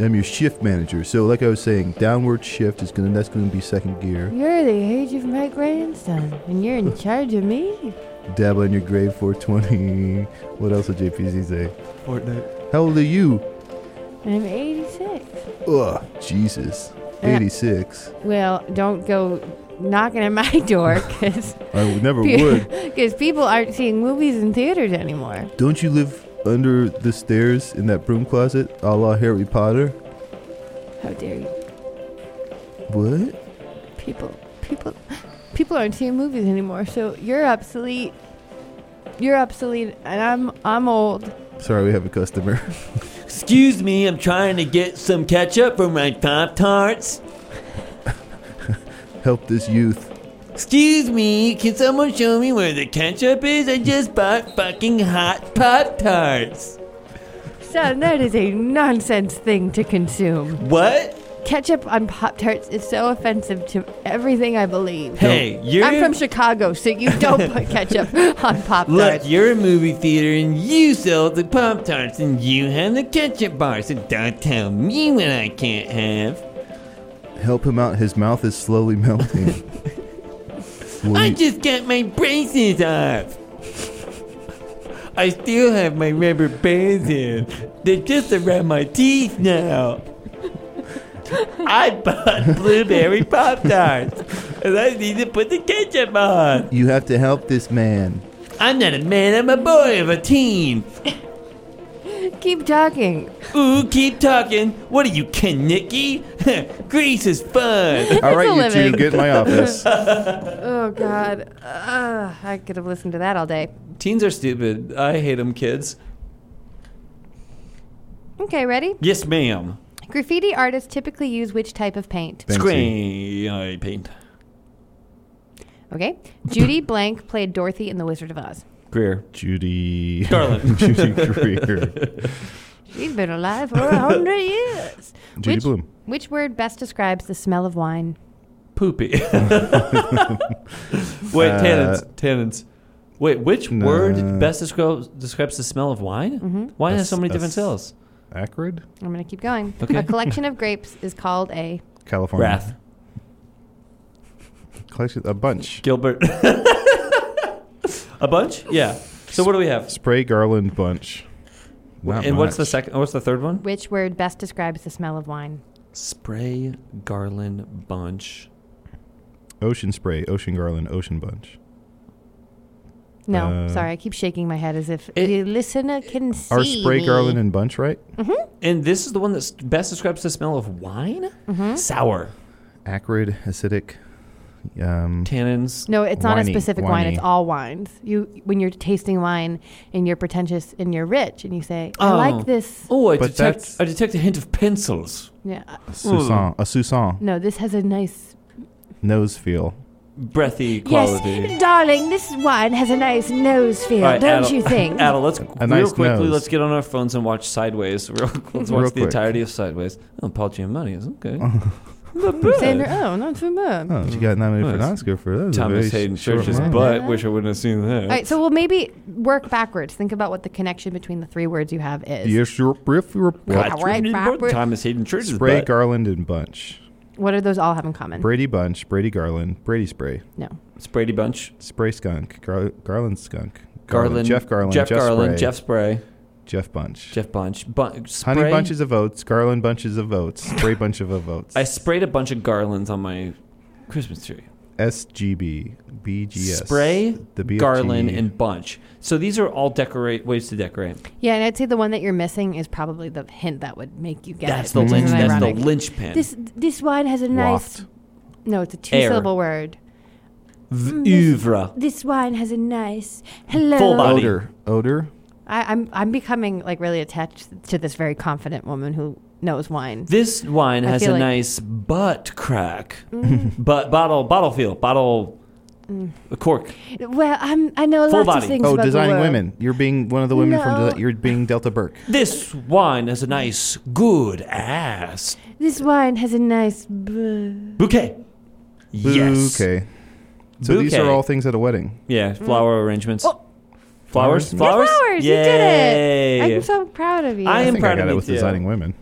S7: I'm your shift manager, so like I was saying, downward shift is gonna that's gonna be second gear.
S4: You're the age of my grandson, and you're in charge of me?
S7: Dab on your grave 420. What else did JPZ say? Fortnite. How old are you?
S4: I'm 86.
S7: Ugh, Jesus, 86.
S4: Well, don't go knocking at my door, because
S7: I would never would.
S4: people aren't seeing movies in theaters anymore.
S7: Don't you live under the stairs in that broom closet, a la Harry Potter?
S4: How dare you?
S7: What?
S4: People, people, people aren't seeing movies anymore. So you're obsolete. You're obsolete, and I'm I'm old.
S7: Sorry, we have a customer.
S3: Excuse me, I'm trying to get some ketchup for my Pop Tarts.
S7: Help this youth.
S3: Excuse me, can someone show me where the ketchup is? I just bought fucking hot Pop Tarts.
S4: Son, that is a nonsense thing to consume.
S3: What?
S4: Ketchup on Pop Tarts is so offensive to everything I believe.
S3: Hey, you're.
S4: I'm from Chicago, so you don't put ketchup on Pop
S3: Look,
S4: Tarts.
S3: you're a movie theater and you sell the Pop Tarts and you have the ketchup bar, so don't tell me what I can't have.
S7: Help him out. His mouth is slowly melting. Will
S3: I
S7: you-
S3: just got my braces off. I still have my rubber bands in. They're just around my teeth now. I bought blueberry pop tarts, and I need to put the ketchup on.
S7: you have to help this man.
S3: I'm not a man. I'm a boy of a teen.
S4: Keep talking.
S3: Ooh, keep talking. What are you, Ken Nicky? Grease is fun.
S2: All right,
S4: a
S2: you two,
S4: living.
S2: get in my office.
S4: Oh God, Ugh, I could have listened to that all day.
S3: Teens are stupid. I hate them, kids.
S4: Okay, ready?
S3: Yes, ma'am.
S4: Graffiti artists typically use which type of paint?
S2: Banksy.
S3: Screen I paint.
S4: Okay. Judy Blank played Dorothy in The Wizard of Oz.
S3: Greer.
S2: Judy
S3: Garland.
S2: Judy Greer.
S4: She's been alive for a hundred years.
S2: Judy
S4: which,
S2: Blume.
S4: Which word best describes the smell of wine?
S3: Poopy. Wait, tannins.
S2: Uh,
S3: Tannins. Wait, which
S2: Nah.
S3: word best describes, describes the smell of wine? Wine has so
S2: That's-
S3: many
S2: that's-
S3: different smells.
S2: Acrid?
S4: I'm gonna keep going.
S3: Okay.
S4: A collection of grapes is called a.
S2: California.
S3: Wrath.
S2: Collection, a bunch.
S3: Gilbert. A bunch? Yeah. So what do we have?
S2: Spray Garland bunch. Not
S3: and what's the
S2: much.
S3: second? What's the third one?
S4: Which word best describes the smell of wine?
S3: Spray garland bunch.
S2: Ocean spray, ocean garland, ocean bunch.
S4: No,
S2: Uh,
S4: sorry, I keep shaking my head as if
S3: It-
S4: the listener can see.
S2: Are spray
S4: me.
S2: garland and bunch right?
S3: And this is the one that s- best describes the smell of wine. Sour.
S2: Acrid, acidic. Um,
S3: Tannins.
S4: No, it's not a
S2: Winey,
S4: specific wine.
S2: winey.
S4: It's all wines. You when you're tasting wine and you're pretentious and you're rich and you say, "I
S3: Oh.
S4: like this."
S3: Oh, I
S2: But
S3: detect.
S2: that's-
S3: I detect a hint of pencils.
S4: Yeah. uh,
S2: Susan, a Susan.
S4: No, this has a nice.
S2: Nose feel.
S3: Breathy quality.
S4: Yes, darling, this wine has a nice nose feel,
S3: All right,
S4: don't
S3: Adel-
S4: you think?
S3: Adel, let's real
S2: nice
S3: quickly.
S2: nose.
S3: Let's get on our phones and watch Sideways. Real, let's watch
S2: Real
S3: the
S2: quick.
S3: entirety of Sideways. Oh, Paul Giamatti is okay. Not
S4: Sandra,
S3: bad.
S4: oh, not too much.
S2: Oh, she got nominated for an
S3: Nice.
S2: Oscar for that. was a
S3: Thomas
S2: very
S3: Hayden
S2: short
S3: Church's
S2: run.
S3: butt. Wish I wouldn't have seen
S4: All
S3: that.
S4: right, so we'll maybe work backwards. Think about what the connection between the three words you have is.
S2: Yes, you're riff, you're
S4: God. All right, backward.
S3: Thomas Hayden Church's
S2: Spray
S3: butt.
S2: Garland and Bunch.
S4: What do those all have in common?
S2: Brady Bunch, Brady Garland, Brady Spray,
S4: no.
S3: It's Brady Bunch.
S2: Spray Skunk, Gar- Garland Skunk,
S3: Garland.
S2: Jeff Garland,
S3: Jeff, Garland.
S2: Spray,
S3: Jeff Spray.
S2: Jeff Bunch,
S3: Jeff Bunch. Bun- spray.
S2: Honey bunches of oats, Garland bunches of oats, Spray bunch of oats.
S3: I sprayed a bunch of garlands on my Christmas tree.
S2: SGB, BGS,
S3: Spray,
S2: the BFG.
S3: garland, and bunch. So these are all decorate ways to decorate.
S4: Yeah, and I'd say the one that you're missing is probably the hint that would make you get
S3: That's
S4: it.
S3: the
S4: which
S3: lynch.
S4: is
S3: That's the
S4: ironic.
S3: linchpin.
S4: This this wine has a nice.
S2: Waft.
S4: No, it's a two
S3: Air.
S4: syllable word.
S3: Oeuvre.
S4: mm, This wine has a nice hello.
S3: Full body.
S2: odor, odor.
S4: I, I'm I'm becoming like really attached to this very confident woman who knows wine.
S3: This wine
S4: I Mm.
S3: has a
S4: feel like-
S3: nice butt crack, but bottle bottle feel bottle
S4: Mm.
S8: A cork.
S9: Well, I'm, I know
S8: Full
S9: lots
S8: body.
S9: of things
S2: Oh,
S9: about the
S2: designing
S9: world.
S2: women. You're being one of the women from.
S9: No.
S2: Desi- you're being Delta Burke.
S8: This wine has a nice, good ass
S9: This wine has a nice. bu-
S8: bouquet. Yes.
S2: Okay. So these
S8: Bouquet.
S2: are all things at a wedding.
S8: Yeah,
S4: Mm.
S8: flower arrangements.
S9: Oh.
S8: Flowers?
S2: Flowers?
S8: Flowers?
S9: Flowers, you
S8: Yay.
S9: did it! I'm so proud of you.
S8: I
S2: I
S8: am-
S2: think I
S8: proud of
S2: got it
S8: me
S2: with
S8: too.
S2: designing women.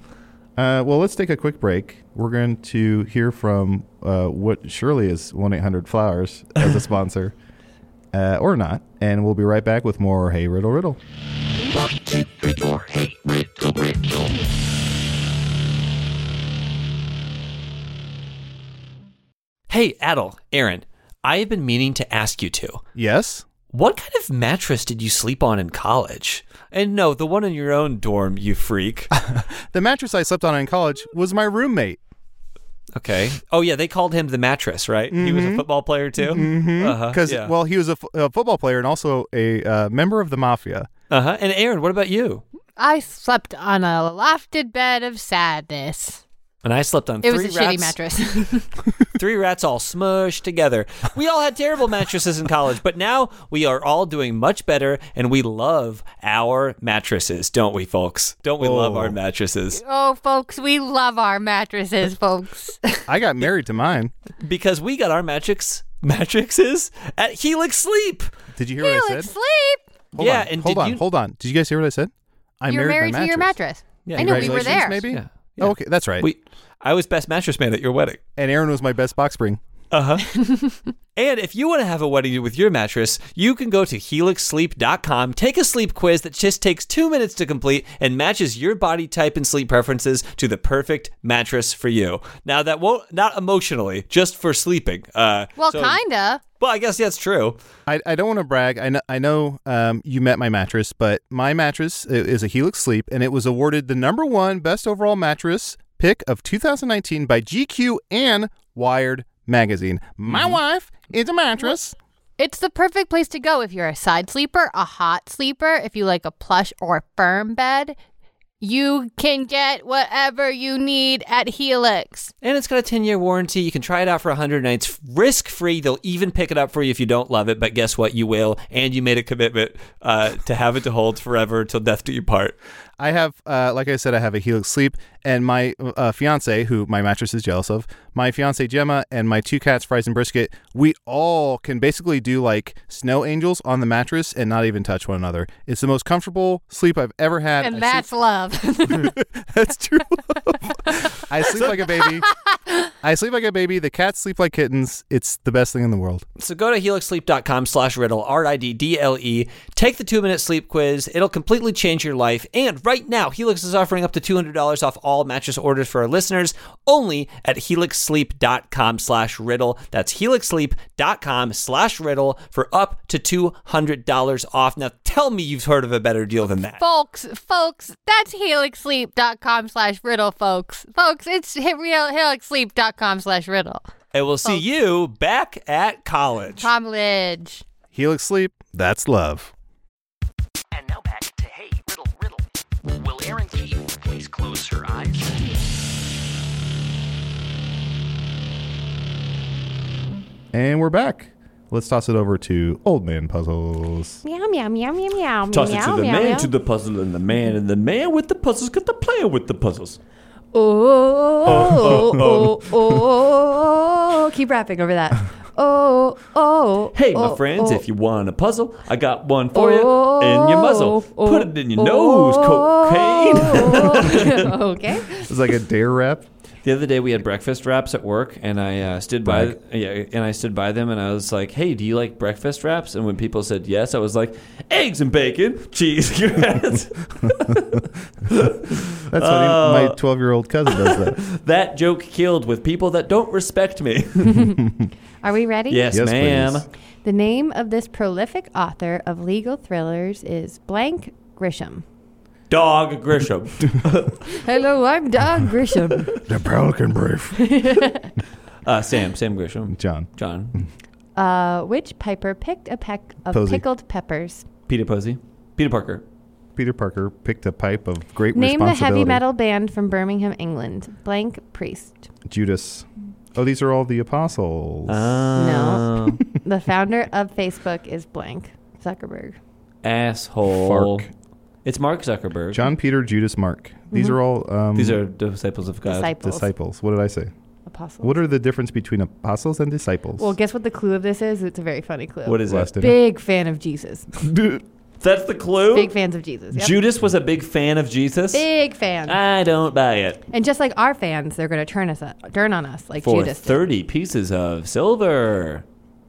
S2: Uh, well, let's take a quick break. We're going to hear from uh, what surely is 1 800 Flowers as a sponsor, uh, or not. And we'll be right back with more Hey Riddle Riddle.
S3: Hey, Adel, Aaron, I have been meaning to ask you two.
S2: Yes?
S3: What kind of mattress did you sleep on in college? And no, the one in your own dorm, you freak.
S2: The mattress I slept on in college was my roommate.
S3: Okay. Oh yeah, they called him the mattress, right? He was a football player too. Uh-huh.
S2: Because,
S3: yeah.
S2: well, he was a, f- a football player and also a uh, member of the mafia.
S3: uh-huh. And Aaron, what about you?
S4: I slept on a lofted bed of sadness.
S3: And I slept on
S4: It was
S3: three
S4: a
S3: rats,
S4: shitty mattress.
S3: three rats all smushed together. We all had terrible mattresses in college, but now we are all doing much better and we love our mattresses, don't we folks? Don't we love our mattresses?
S4: oh, folks, we love our mattresses, folks.
S2: I got married to mine.
S3: Because we got our matrix mattresses at Helix Sleep.
S2: Did you hear
S4: Felix,
S2: what I said?
S4: sleep.
S2: Hold
S3: yeah,
S2: on,
S3: and
S2: hold
S3: did
S2: on,
S3: you
S2: hold on. Did you guys hear what I said? I
S4: You're married
S2: my
S4: to your mattress.
S3: Yeah,
S4: I know we were
S2: Congratulations,
S4: there.
S2: Maybe.
S3: Yeah,
S2: Oh, okay, that's right.
S3: we I was best mattress man at your wedding.
S2: and Aaron was my best box spring.
S3: And if you want to have a wedding with your mattress, you can go to helixsleep.com, take a sleep quiz that just takes two minutes to complete and matches your body type and sleep preferences to the perfect mattress for you. Now, that won't, not emotionally, just for sleeping. Uh,
S4: Well,
S3: so-
S4: kinda.
S3: Well, I guess that's true.
S2: I, I don't want to brag. I know, I know um, you met my mattress, but my mattress i- is a Helix Sleep, and it was awarded the number one best overall mattress pick of 2019 by GQ and Wired magazine. My wife is a mattress.
S4: It's the perfect place to go if you're a side sleeper, a hot sleeper, if you like a plush or firm bed. You can get whatever you need at Helix.
S3: And it's got a 10 year warranty. You can try it out for 100 nights risk free. They'll even pick it up for you if you don't love it, but guess what? You will. And you made a commitment uh, to have it to hold forever till death do you part.
S2: I have, uh, like I said, I have a Helix Sleep, and my uh, fiance, who my mattress is jealous of, my fiance Gemma, and my two cats, Fries and Brisket, we all can basically do like snow angels on the mattress and not even touch one another. It's the most comfortable sleep I've ever had.
S4: And
S2: I
S4: that's love.
S2: That's true. love. I sleep like a baby. I sleep like a baby. The cats sleep like kittens. It's the best thing in the world.
S3: So go to helixsleep.com slash riddle, R-I-D-D-L-E. E. Take the two-minute sleep quiz. It'll completely change your life. And right now, Helix is offering up to $200 off all mattress orders for our listeners only at helixsleep.com slash riddle. That's helixsleep.com slash riddle for up to $200 off. Now tell me you've heard of a better deal than that.
S4: folks, folks, that's helixsleep.com slash riddle, folks. Folks, it's he- real helixsleep.com slash riddle.
S3: And we'll see you back at college.
S4: Comlidge.
S2: Helix Sleep. That's love.
S1: And now back to Hey Riddle Riddle. Will Aaron's Eve please close her eyes?
S2: And we're back. Let's toss it over to Old Man Puzzles.
S10: Meow, meow, meow, meow, meow.
S8: Toss it to
S10: meow,
S8: the
S10: meow,
S8: man
S10: meow.
S8: to the puzzle, and the man and the man with the puzzles got the player with the puzzles.
S10: Oh, oh, oh, oh,
S9: Keep rapping over that.
S10: oh, oh. Oh,
S8: Hey, my friends, if you want a puzzle, I got one for you in
S9: oh,
S8: your muzzle. Put it in your nose, cocaine.
S9: oh. okay.
S2: It's like a dare rap.
S8: the other day we had breakfast wraps at work, and I uh, stood by, yeah, and I stood by them, and I was like, "Hey, do you like breakfast wraps?" And when people said yes, I was like, "Eggs and bacon, cheese, grits."
S2: That's funny. My 12 year old cousin does that.
S8: that joke killed with people that don't respect me.
S9: Are we ready?
S8: yes,
S2: Yes,
S8: ma'am.
S2: please.
S9: The name of this prolific author of legal thrillers is blank Grisham.
S8: Dog Grisham.
S9: Hello, I'm Don Grisham.
S2: the Pelican Brief.
S8: Uh, Sam. Sam Grisham.
S2: John.
S8: John.
S9: Uh, which piper picked a peck of
S2: Posey.
S9: pickled peppers?
S8: Peter Posey. Peter Parker.
S2: Peter Parker picked a pipe of great
S9: Name the
S2: responsibility.
S9: heavy metal band from Birmingham, England. Blank Priest.
S2: Judas. Oh, these are all the apostles.
S8: Oh. Uh,
S4: No. the founder of Facebook is blank Zuckerberg.
S3: Asshole. It's Mark Zuckerberg.
S2: John, Peter, Judas, Mark. These
S9: Mm-hmm.
S4: Mhm.
S2: are all. Um,
S3: These are disciples of God.
S4: Disciples.
S2: Disciples. What did I say?
S4: Apostles.
S2: What are the difference between apostles and disciples?
S4: Well, guess what the clue of this is? It's a very funny clue.
S3: What is it? Last
S4: it?
S3: dinner.
S4: Big fan of Jesus.
S3: That's the clue.
S4: Big fans of Jesus. yep.
S3: Judas was a big fan of Jesus.
S4: Big fan.
S8: Ah.
S3: I don't buy it.
S4: and just like our fans, they're going to turn us turn on us like
S3: for
S4: Judas. did.
S3: 30 pieces of silver.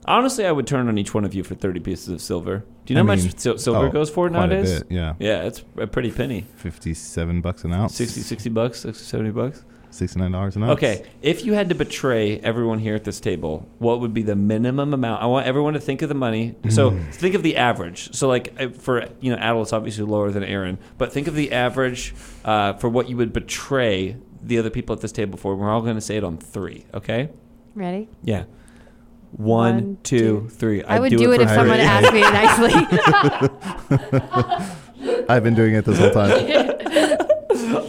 S3: Honestly, I would turn on each one of you for 30 pieces of silver. Do you know
S2: I
S3: how
S2: mean,
S3: much sil- silver
S2: oh,
S3: goes for
S2: quite a
S3: nowadays?
S2: bit, yeah.
S3: Yeah, it's a pretty penny.
S2: 57 bucks an ounce.
S3: 60, 60 bucks, 60, 70 bucks.
S2: $69 an ounce.
S3: Okay, if you had to betray everyone here at this table, what would be the minimum amount? I want everyone to think of the money. So think of the average. So like uh, for you know, Adel, it's obviously lower than Aaron, but think of the average uh, for what you would betray the other people at this table for. We're all going to say it on three. Okay.
S4: Ready?
S3: Yeah. One, two, three.
S4: I would do it if
S2: for
S4: someone
S2: free.
S4: asked me nicely.
S2: I've been doing it this whole time.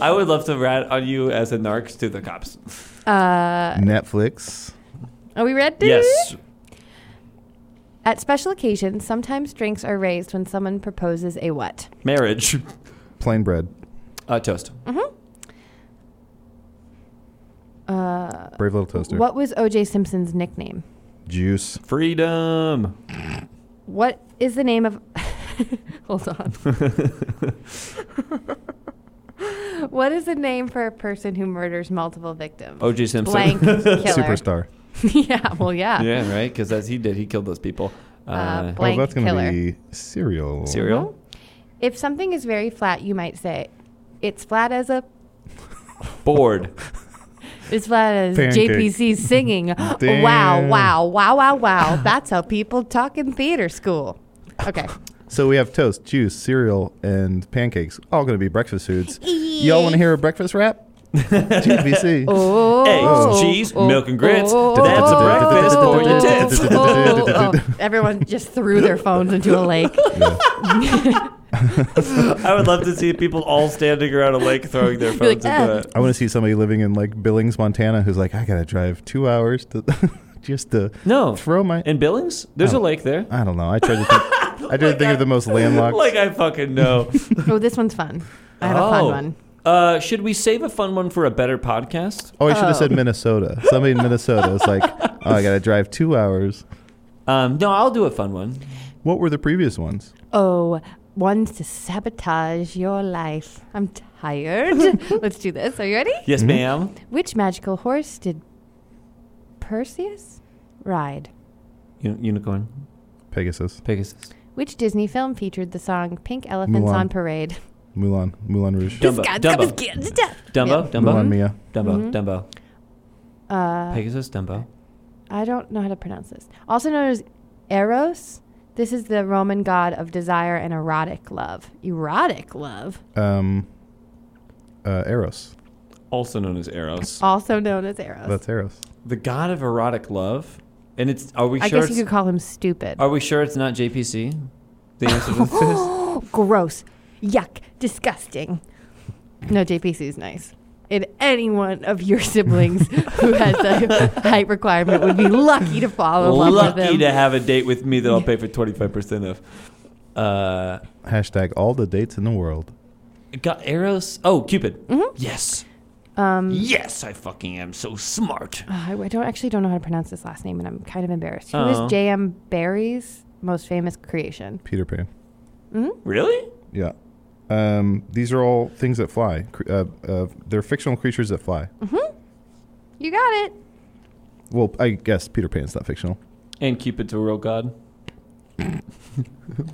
S3: I would love to rat on you as a narc to the cops.
S4: uh,
S2: Netflix.
S4: are we ready?
S3: Yes.
S4: At special occasions, sometimes drinks are raised when someone proposes a what?
S3: Marriage.
S2: Plain bread.
S3: Uh, toast.
S4: Uh,
S2: Brave little toaster.
S4: What was O.J. Simpson's nickname?
S2: Juice.
S3: Freedom.
S4: What is the name of? Hold on. what is the name for a person who murders multiple victims?
S3: O.J. Simpson.
S4: Blank killer.
S2: Superstar.
S4: yeah. Well, yeah.
S3: Yeah, right? Because as he did, he killed those people. Uh,
S4: blank
S2: oh, that's gonna
S4: killer.
S2: be cereal.
S3: Cereal?
S4: If something is very flat, you might say, "It's flat as a."
S3: Bored.
S4: It's flat as
S3: Pancake.
S4: JPC singing.
S3: Damn.
S4: Wow! Wow! Wow! Wow! Wow! That's how people talk in theater school. Okay.
S2: So we have toast, juice, cereal, and pancakes. All going to be breakfast foods. Y'all want to hear a breakfast rap? GBC.
S4: Oh,
S3: Eggs, cheese, milk, and grits. That's a breakfast for your tits.
S4: Oh, oh. Everyone just threw their phones into a lake.
S3: I would love to see people all standing around a lake throwing their
S4: You're like,
S3: phones into
S4: "Eh."
S3: it.
S2: I want to see somebody living in like Billings, Montana, who's like, I gotta drive two hours to just to
S3: No.
S2: throw my
S3: in Billings. There's a
S2: Oh.
S3: lake there.
S2: I don't know. I tried to think. I tried to think of the most landlocked.
S3: Like I fucking know.
S4: Oh, this one's fun. I have a fun
S3: Oh.
S4: one.
S3: Uh, should we save a fun one for a better podcast?
S2: oh, I should have
S4: Oh.
S2: said Minnesota. Somebody in Minnesota is like, oh, I gotta drive two hours.
S3: Um, no, I'll do a fun one.
S2: What were the previous ones?
S4: Oh, one's to sabotage your life. I'm tired. Let's do this. Are you ready?
S3: Yes, ma'am.
S4: Which magical horse did Perseus ride?
S3: Un- unicorn.
S2: Pegasus,
S3: Pegasus.
S4: Which Disney film featured the song Pink Elephants
S2: Mulan.
S4: on Parade?
S2: Mulan, Moulin Rouge,
S3: Dumbo. Dumbo. Dumbo. Dumbo.
S2: Mulan Mia.
S4: Mm-hmm.
S3: Dumbo. Dumbo.
S4: Uh,
S3: Pegasus. Dumbo.
S4: I don't know how to pronounce this. Also known as Eros. This is the Roman god of desire and erotic love. Erotic love,
S2: Um, uh, Eros.
S3: Also known as Eros.
S4: also known as Eros.
S2: That's Eros.
S3: The god of erotic love. And it's. Are we
S4: I
S3: sure?
S4: guess you
S3: it's,
S4: could call him stupid.
S3: are we sure it's not JPC? The answer to this.
S4: Oh, Gross. Yuck. Disgusting. No, JPC is nice. And any one of your siblings who has a height requirement would be lucky to fall in love with
S3: Lucky
S4: him.
S3: to have a date with me that I'll pay for twenty five percent of. Uh,
S2: Hashtag all the dates in the world.
S3: got Eros. Oh, Cupid. Yes.
S4: Um,
S3: Yes, I fucking am so smart.
S4: Uh, I I don't actually don't know how to pronounce this last name, and I'm kind of embarrassed. Who is
S3: Oh.
S4: J.M. Barry's most famous creation?
S2: Peter Pan.
S4: Mm-hmm.
S3: Really?
S2: Yeah. Um, these are all things that fly. Cre- Uh, uh, they're fictional creatures that fly.
S4: You got it.
S2: Well, I guess Peter Pan's not fictional.
S3: And Cupid's a real god.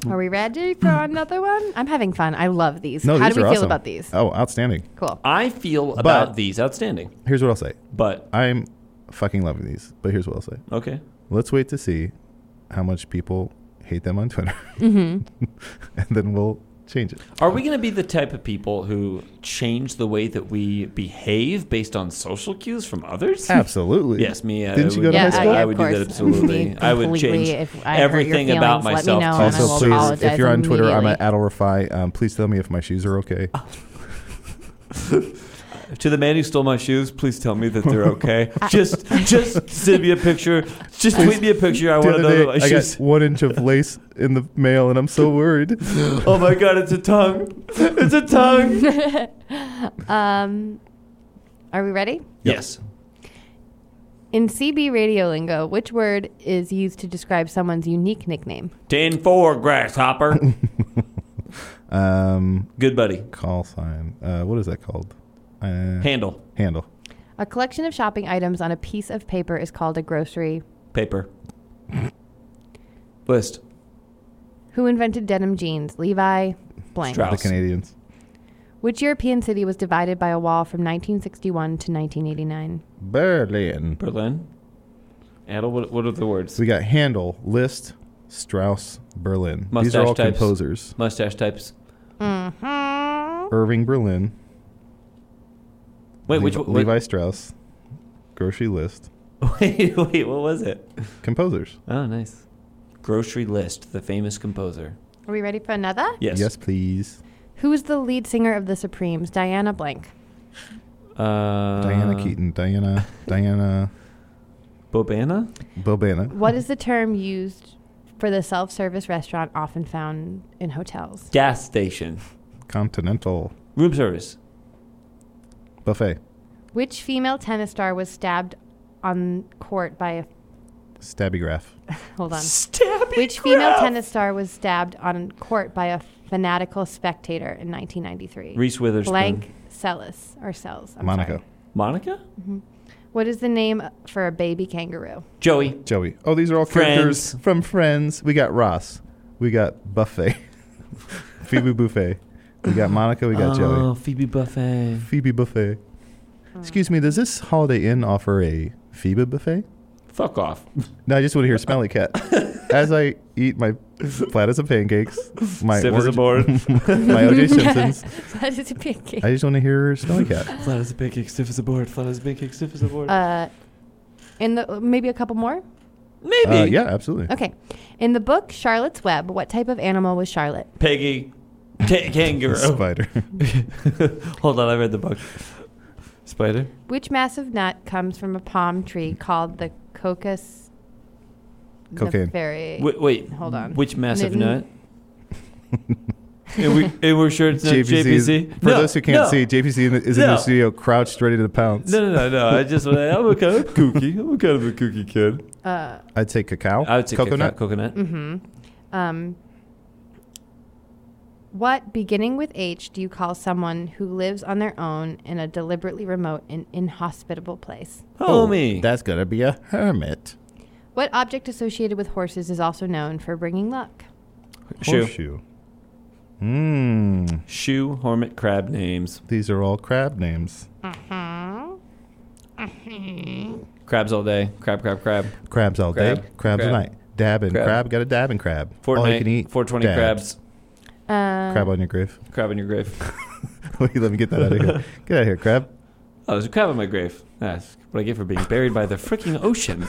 S4: Are we ready for another one? I'm having fun. I love these.
S2: No,
S4: how
S2: these
S4: do we
S2: are
S4: feel
S2: awesome.
S4: about these?
S2: Oh, outstanding.
S4: Cool.
S3: I feel about
S2: But-
S3: these outstanding,
S2: Here's what I'll say.
S3: but
S2: I'm fucking loving these, but here's what I'll say.
S8: Oh.
S3: okay.
S2: Let's wait to see how much people hate them on Twitter,
S4: Mm-hmm.
S2: and then we'll change it.
S3: Are we going to be the type of people who change the way that we behave based on social cues from others?
S2: Absolutely.
S3: Yes, me. I
S2: Didn't you
S3: would-
S2: go to
S4: Yeah,
S2: high
S4: uh,
S2: school?
S4: yeah,
S3: I
S4: of
S3: would do that
S4: course.
S3: absolutely.
S4: Me
S3: I would
S4: completely.
S3: change
S4: If I hurt your
S3: everything about
S4: feelings, let me
S3: myself.
S4: know,
S3: to-
S4: and I
S2: Also,
S4: will
S2: please,
S4: apologize
S2: if you're on Twitter, I'm
S4: immediately.
S2: at Adel Rafai. Um, please tell me if my shoes are okay.
S8: To the man who stole my shoes, please tell me that they're okay. just, just send me a picture. Just tweet me a picture. I
S2: The
S8: want
S2: other
S8: to know
S2: day,
S8: that my
S2: I got
S8: shoes.
S2: one inch of lace in the mail, and I'm so worried.
S8: Oh my god, it's a tongue. It's a tongue.
S4: um, are we ready?
S8: Yes.
S4: In CB radio lingo, which word is used to describe someone's unique nickname?
S8: Ten four grasshopper.
S2: Um,
S8: Good buddy.
S2: Call sign. Uh, what is that called? Uh,
S8: Handle.
S2: Handle.
S4: A collection of shopping items on a piece of paper is called a grocery.
S8: Paper. List.
S4: Who invented denim jeans? Levi blank.
S2: The Canadians.
S4: Which European city was divided by a wall from 1961 to 1989?
S2: Berlin.
S8: Berlin. Adel, what, what are the words?
S2: We got handle, list, Strauss, Berlin.
S8: Mustache
S2: These are all
S8: types.
S2: composers.
S8: Mustache types. Mm-hmm.
S2: Irving Berlin.
S8: Wait,
S2: Levi,
S8: which one- what-
S2: Levi Strauss. Grocery list.
S8: Wait, wait, what was it?
S2: Composers.
S8: Oh, nice. Grocery List, the famous composer.
S4: Are we ready for another?
S8: Yes.
S2: Yes, please.
S4: Who is the lead singer of the Supremes? Diana blank.
S8: Uh,
S2: Diana Keaton. Diana. Diana.
S8: Bobana?
S2: Bobana.
S4: What is the term used for the self-service restaurant often found in hotels?
S8: Gas station.
S2: Continental.
S8: Room service.
S2: Buffet.
S4: Which female tennis star was stabbed on court by a
S2: Stabby graph.
S4: hold on?
S8: Stabby
S4: Which female tennis star was stabbed on court by a fanatical spectator in 1993?
S8: Reese Witherspoon.
S4: Blank Celis or Cells. I'm
S2: Monica.
S4: sorry.
S8: Monica?
S4: What is the name for a baby kangaroo?
S8: Joey.
S2: Joey. Oh, these are all characters
S8: Friends.
S2: from Friends. We got Ross. We got Buffet. Phoebe Buffet. We got Monica. We got Joey.
S8: Oh, Phoebe Buffet.
S2: Phoebe Buffet. Excuse me, does this Holiday Inn offer a Phoebe Buffet?
S8: Fuck off.
S2: No, I just want to hear Smelly Cat. As I eat my platters of pancakes, my
S8: Stiff as a
S2: orange- my
S8: board.
S2: OJ Simpsons,
S4: That is a pancake.
S2: I just want to hear Smelly Cat.
S8: Flat as a pancake, stiff as a board. Flat as a pancake, stiff as a board.
S4: Uh, in the maybe a couple more.
S8: Maybe.
S2: Uh, yeah, absolutely.
S4: Okay, in the book Charlotte's Web, what type of animal was Charlotte?
S8: Peggy. T- kangaroo.
S2: Spider.
S8: Hold on, I read the book. Spider?
S4: Which massive nut comes from a palm tree called the cocos?
S2: Cocaine.
S4: nefari-
S8: Wait, wait.
S4: Hold on.
S8: Which massive
S4: N-
S8: nut? and, we, and we're sure it's not
S2: JPC.
S8: JPC.
S2: For
S8: No,
S2: those who can't
S8: no.
S2: see, JPC in the- is in
S8: No.
S2: the studio crouched ready to pounce.
S8: No, no, no, no. I just want to. I'm a kind of kooky. I'm a kind of a kooky kid.
S4: Uh,
S2: I'd say cacao.
S8: I would say
S2: coconut.
S8: Coconut.
S4: hmm Um, what beginning with H do you call someone who lives on their own in a deliberately remote and inhospitable place?
S2: Mm-hmm. Oh,
S8: Homie.
S2: That's going to be a hermit.
S4: What object associated with horses is also known for bringing luck?
S8: shoe.
S2: Horseshoe. Mmm.
S8: Shoe, hermit, crab names.
S2: These are all crab names.
S8: Hmm? Crabs all day. Crab, crab, crab.
S2: Crabs all
S8: Crab.
S2: day, crabs
S8: Crab.
S2: all night. Dab and
S8: Crab.
S2: crab. got a dab and crab. all you
S8: Fortnite.
S2: can eat.
S8: 420
S2: dabs.
S8: crabs.
S4: Uh,
S2: Crab on your grave.
S8: Crab in your grave.
S2: Wait, let me get that out of here. Get out of here, crab.
S8: Oh, there's a crab in my grave. That's what I get for being buried by the freaking ocean.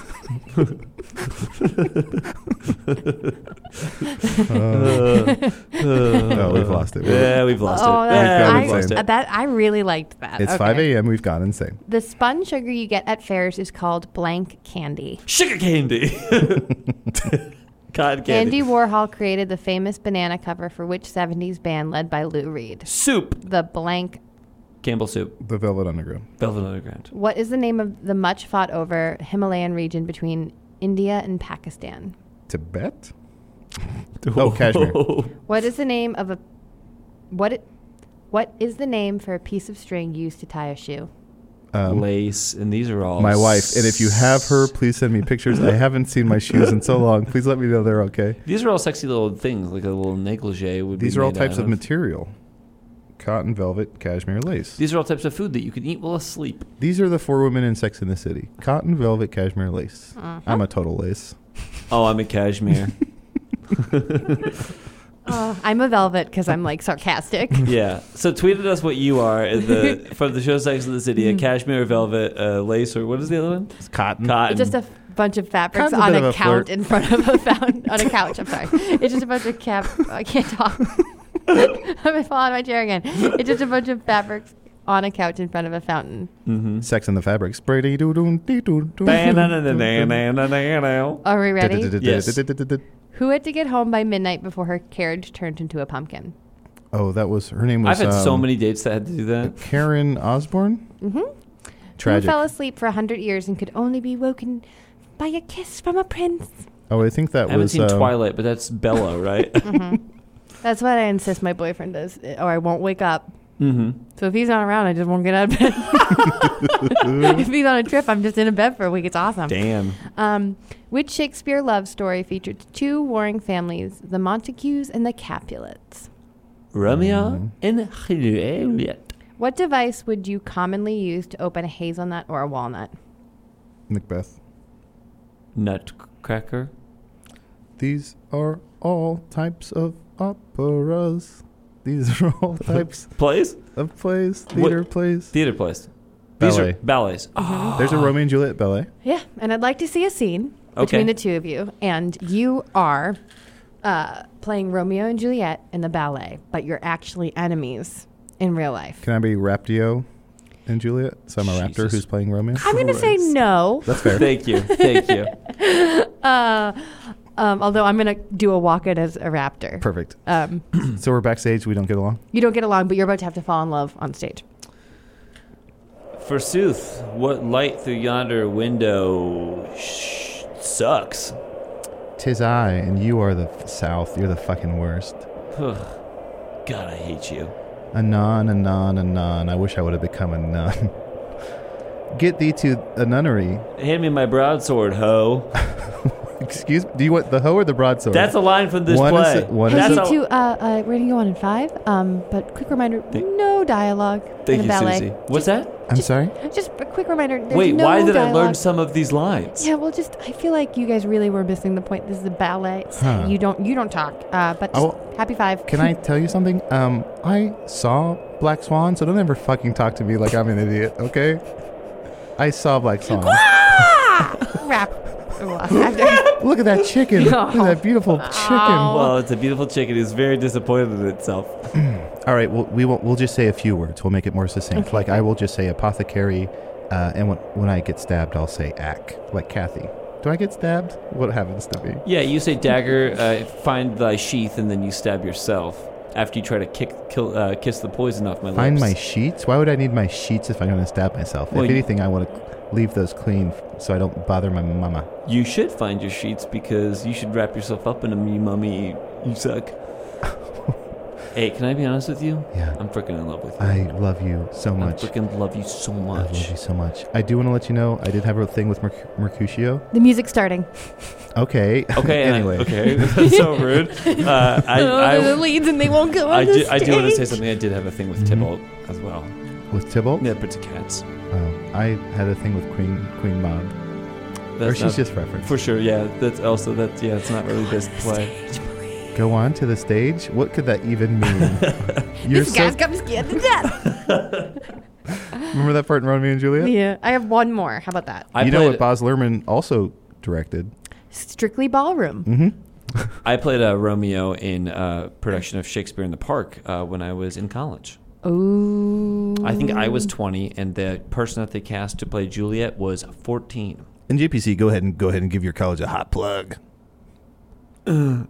S8: Uh,
S2: No, Oh, we've lost it. We're-
S8: Yeah, Oh, we've lost
S4: oh,
S8: it.
S4: that,
S8: yeah,
S4: I,
S8: we've lost
S4: uh,
S8: it.
S4: that I really liked that.
S2: It's
S4: Okay.
S2: 5 a.m. We've gone insane.
S4: The spun sugar you get at fairs is called blank candy.
S8: Sugar candy. Cod candy.
S4: Andy Warhol created the famous banana cover for which 70s band led by Lou Reed?
S8: Soup.
S4: The blank.
S8: Campbell soup.
S2: The Velvet Underground.
S8: Velvet Underground.
S4: What is the name of the much fought over Himalayan region between India and Pakistan?
S2: Tibet? Oh, cashmere.
S4: What is the name of a what? It, what is the name for a piece of string used to tie a shoe?
S2: Um,
S8: Lace. And these are all.
S2: my wife. And if you have her, please send me pictures. I haven't seen my shoes in so long. Please let me know they're okay.
S8: These are all sexy little things, like a little negligee would be
S2: These are all
S8: made
S2: types
S8: out
S2: of material cotton, velvet, cashmere, lace.
S8: These are all types of food that you can eat while asleep.
S2: These are the four women in Sex in the City cotton, velvet, cashmere, lace. I'm a total lace.
S8: Oh, I'm a cashmere.
S4: Oh, I'm a velvet because I'm like sarcastic.
S8: yeah. So tweet at us what you are in the, from the show Sex in the City, a
S4: Mm-hmm.
S8: cashmere, velvet, uh, lace, or what is the other
S6: Mm-hmm.
S8: one?
S2: It's cotton.
S8: Cotton.
S4: It's just a f- bunch of fabrics
S2: Kind of a
S4: on
S2: bit
S4: a,
S2: of a
S4: count
S2: flirt.
S4: in front of a found, on a couch. I'm sorry. It's just a bunch of cap. I can't talk. I'm gonna fall out of my chair again. It's just a bunch of fabrics on a couch in front of a fountain.
S2: Sex in the Fabrics. Are
S4: Mm-hmm. Are we ready?
S3: Yes.
S4: Who had to get home by midnight before her carriage turned into a pumpkin?
S2: Oh, that was her name
S3: I've
S2: was.
S3: had so
S2: um,
S3: many dates that had to do that.
S2: Karen Osborne.
S4: Mm-hmm. Who
S2: Tragic.
S4: fell asleep for a hundred years and could only be woken by a kiss from a prince.
S2: Oh, I think that
S3: I haven't
S2: was.
S3: seen
S2: um,
S3: Twilight, but that's Bella, right?
S4: That's what I insist my boyfriend does, eh, or I won't wake up.
S3: mm-hmm.
S4: So if he's not around, I just won't get out of bed. if he's on a trip, I'm just in a bed for a week. It's awesome.
S3: Damn.
S4: Um, which Shakespeare love story featured two warring families, the Montagues and the Capulets?
S2: mm,
S3: Romeo and Juliet.
S4: What device would you commonly use to open a hazelnut or a walnut?
S2: Macbeth.
S3: Nutcracker.
S2: These are all types of operas. These are all types
S3: Plays?
S2: of plays, theater plays.
S3: Theater plays. These
S2: Ballet.
S3: are ballets.
S2: There's a Romeo and Juliet ballet.
S4: Yeah, and I'd like to see a scene
S3: Okay.
S4: between the two of you, and you are uh, playing Romeo and Juliet in the ballet, but you're actually enemies in real life.
S2: Can I be Raptio and Juliet? So I'm a raptor
S3: Jesus.
S2: who's playing Romeo.
S4: I'm going to say no,
S2: That's fair.
S3: Thank you. Thank you.
S4: uh, um, although I'm going to do a walk in as a raptor.
S2: Perfect.
S4: Um,
S2: So we're backstage. We don't get along.
S4: you don't get along, but you're about to have to fall in love on stage.
S3: Forsooth, what light through yonder window sh- sucks?
S2: Tis I, and you are the f- South. You're the fucking worst.
S3: Ugh. God, I hate you.
S2: Anon, anon, anon. I wish I would have become a nun. Get thee to a nunnery.
S3: Hand me my broadsword, hoe.
S2: Excuse me. Do you want the hoe or the broadsword?
S3: That's a line from this
S2: One is
S3: play.
S2: a- one is
S4: Hey,
S3: That's
S4: you
S3: a-
S4: two, uh, uh, we're going to go on in five, um, but quick reminder no dialogue
S3: Thank
S4: in a
S3: you,
S4: ballet.
S3: Susie. What's that?
S2: I'm sorry.
S4: Just a quick reminder. There's
S3: Wait,
S4: no
S3: why did I
S4: dialogue.
S3: learn some of these lines?
S4: Yeah, well, just I feel like you guys really were missing the point. This is a ballet. so
S2: Huh.
S4: You don't you don't talk. Uh, but
S2: I
S3: Oh,
S4: just
S2: will-
S4: happy five.
S2: Can I tell you something? Um, I saw Black Swan, so don't ever fucking talk to me like I'm an idiot, okay? I saw Black Swan.
S4: rap? Well, after-
S2: Look at that chicken. Look at that beautiful
S3: Oh,
S2: chicken.
S3: Well, it's a beautiful chicken. It's very disappointed in itself.
S2: All right, well, we won't, we'll just say a few words. We'll make it more succinct. Like I will just say apothecary, uh, and when, when I get stabbed, I'll say ack, like Kathy. Do I get stabbed? What happens to me?
S3: Yeah, you say dagger, uh, find thy sheath, and then you stab yourself after you try to kick, kill, uh, kiss the poison off my lips.
S2: Find my sheets. Why would I need my sheets if I'm going to stab myself?
S3: Well,
S2: if
S3: you-
S2: anything, I want to leave those clean f- so I don't bother my mama.
S3: you should find your sheets because you should wrap yourself up in them, you mummy. You suck. hey, can I be honest with you?
S2: Yeah.
S3: I'm freaking in love with you.
S2: I love you so
S3: I
S2: much.
S3: freaking love you so
S2: I love
S3: much.
S2: you so much. I do want to let you know I did have a thing with Merc- Mercutio.
S4: the music's starting.
S2: Okay.
S3: Okay. and I-
S2: anyway.
S3: okay. That's so rude. Uh, I,
S4: oh,
S3: I,
S4: they're the leads and they won't go on
S3: I
S4: the
S3: do,
S4: stage.
S3: I do want to say something. I did have a thing with
S2: Mm-hmm.
S3: Tybalt as well.
S2: With Tybalt,
S3: Yeah, but to cats.
S2: Oh, I had a thing with Queen Queen Mob. or
S3: That's
S2: she's
S3: not-
S2: just referenced.
S3: for sure. Yeah, that's also that. Yeah, it's not really this play.
S2: Go on to the stage. What could that even mean? You're
S5: This
S2: so,
S5: guy's got me scared to death.
S2: remember that part in Romeo and Juliet?
S4: Yeah, I have one more. How about that?
S3: I
S2: you
S3: played,
S2: know what Boz Luhrmann also directed?
S4: Strictly ballroom.
S3: Mm-hmm. I played a Romeo in a production of Shakespeare in the Park uh, when I was in college.
S4: Ooh.
S3: I think I was 20, and the person that they cast to play Juliet was 14.
S2: And JPC, go ahead and go ahead and give your college a hot plug.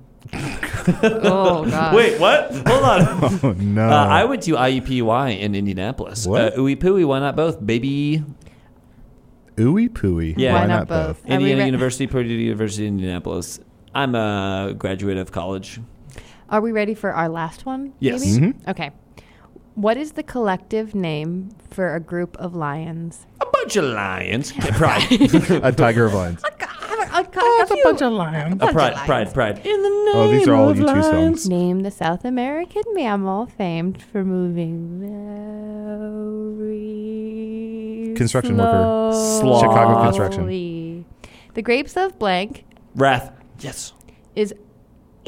S4: Oh God.
S3: Wait, what? Hold on.
S2: Oh no!
S3: Uh, I went to IUPUI in Indianapolis.
S2: What?
S3: Uh, ooey pooey, why not both, baby?
S2: Ooey pooey.
S3: Yeah.
S4: Why not both? Are we
S3: Indiana
S4: re-
S3: University, Purdue University, Indianapolis. I'm a graduate of college.
S4: Are we ready for our last one?
S3: Yes. Mm-hmm.
S4: maybe? Mm-hmm.
S2: Mhm.
S4: Okay. What is the collective name for a group of lions?
S3: A bunch of lions. Yeah, Pride.
S2: A tiger of lions.
S6: Oh, it's a bunch of lions.
S3: a pride, pride, pride. In the name
S2: Oh, these are all
S3: of
S2: you two
S3: lions.
S2: songs.
S4: Name the South American mammal famed for moving very
S2: Construction worker.
S4: slowly.
S2: Chicago construction.
S4: The Grapes of Blank
S3: Wrath. Yes.
S4: is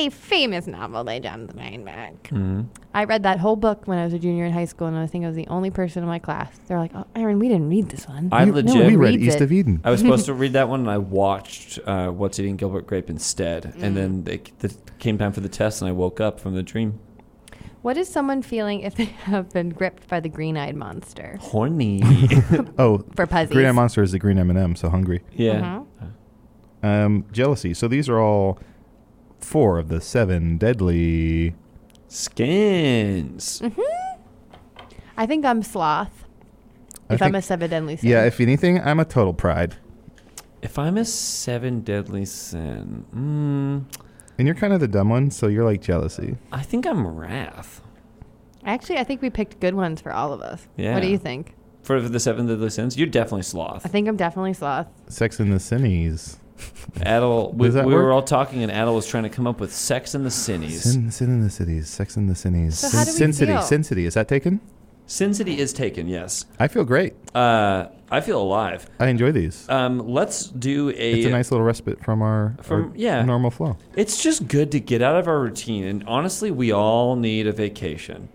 S4: a famous novel by John Steinbeck.
S2: Mm-hmm.
S3: hmm
S4: I read that whole book when I was a junior in high school, and I think I was the only person in my class. They're like, "Oh, Aaron, we didn't read this one."
S3: I
S2: You-
S3: legit.
S2: we read
S4: reads
S2: East
S4: it.
S2: of Eden.
S8: Uh,
S3: I was supposed to read that one, and I watched uh, What's Eating Gilbert Grape instead. And then they, it came time for the test, and I woke up from the dream.
S4: What is someone feeling if they have been gripped by the green-eyed monster?
S8: Horny.
S2: oh,
S4: For puzzies. Mm-hmm.
S2: Green Eye Monster is the green M and M. So hungry.
S8: Yeah.
S2: Um, jealousy. So these are all four of the seven deadly
S8: skins.
S4: I think I'm sloth.
S2: I
S4: if I'm
S2: think-
S4: a seven deadly sin.
S2: Yeah. If anything, I'm a total pride.
S8: If I'm a seven deadly sin, mm,
S2: And you're kind of the dumb one, so you're like jealousy.
S8: I think I'm wrath.
S4: Actually, I think we picked good ones for all of us.
S8: Yeah.
S4: What do you think?
S8: For the seven deadly sins, you're definitely sloth.
S4: I think I'm definitely sloth.
S2: Sex in the Cities.
S8: Adel, we,
S2: Does that
S8: we were
S2: work?
S8: all talking, and Adel was trying to come up with sex and the cinnies.
S2: Sin, sin in the cities. Sex in the cities.
S8: So how do we
S2: Sin City.
S8: feel?
S2: Sin City. Is that taken?
S8: Sin City is taken, yes.
S2: I feel great.
S8: Uh, I feel alive.
S2: I enjoy these.
S8: Um, let's do a.
S2: It's a nice little respite from our,
S8: From-
S2: our
S8: yeah.
S2: normal flow.
S8: It's just good to get out of our routine, and honestly, we all need a vacation.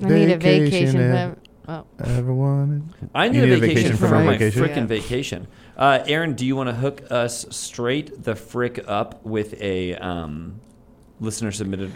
S4: I need a vacation.
S2: Vacation, eh?
S4: from- oh.
S2: Everyone.
S8: I need,
S2: You
S8: a, vacation from
S2: a
S8: my
S2: vacation?
S8: frickin' vacation. Uh, Aaron, do you want to hook us straight the frick up with a um, listener submitted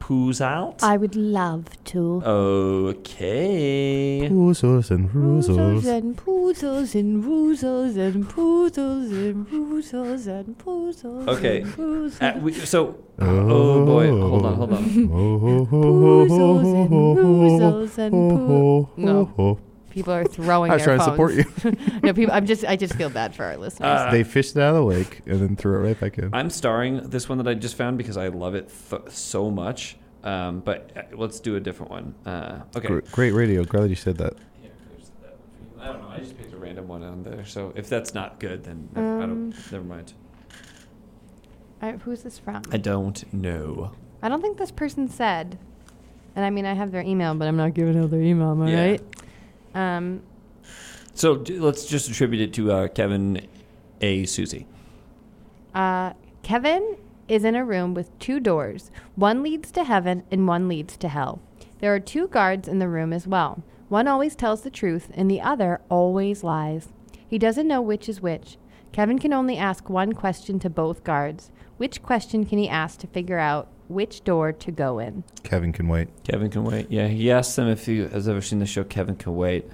S8: poos out?
S11: I would love to.
S8: Okay.
S2: Poozles and roozles.
S11: and poozles and roozles and poozles and roozles and poozles.
S8: Okay.
S11: and roozles.
S8: Uh, we, so, oh boy, hold on, hold on.
S2: Oh.
S11: Poozles and roozles and poo-
S4: No. People are throwing.
S2: I was
S4: their
S2: trying to support
S4: phones. no, people. I'm just. I just feel bad for our listeners.
S8: Uh,
S2: they fished it out of the lake and then threw it right back in.
S8: I'm starring this one that I just found because I love it th- so much. Um, but uh, let's do a different one. Uh, okay.
S2: Gr- Great radio. Glad you said that.
S8: I don't know. I just picked a random one on there. So if that's not good, then I
S4: Um,
S8: don't. Never mind.
S4: All right, who's this from?
S8: I don't know.
S4: I don't think this person said. And I mean, I have their email, but I'm not giving out their email. Am I
S8: Yeah.
S4: right? Um,
S8: So d- let's just attribute it to uh, Kevin A. Susie.
S4: Uh, Kevin is in a room with two doors. One leads to heaven and one leads to hell. There are two guards in the room as well. One always tells the truth and the other always lies. He doesn't know which is which. Kevin can only ask one question to both guards. Which question can he ask to figure out which door to go in?
S2: Kevin can wait.
S8: Kevin Can Wait. Yeah, he asked them if he has ever seen the show Kevin Can Wait.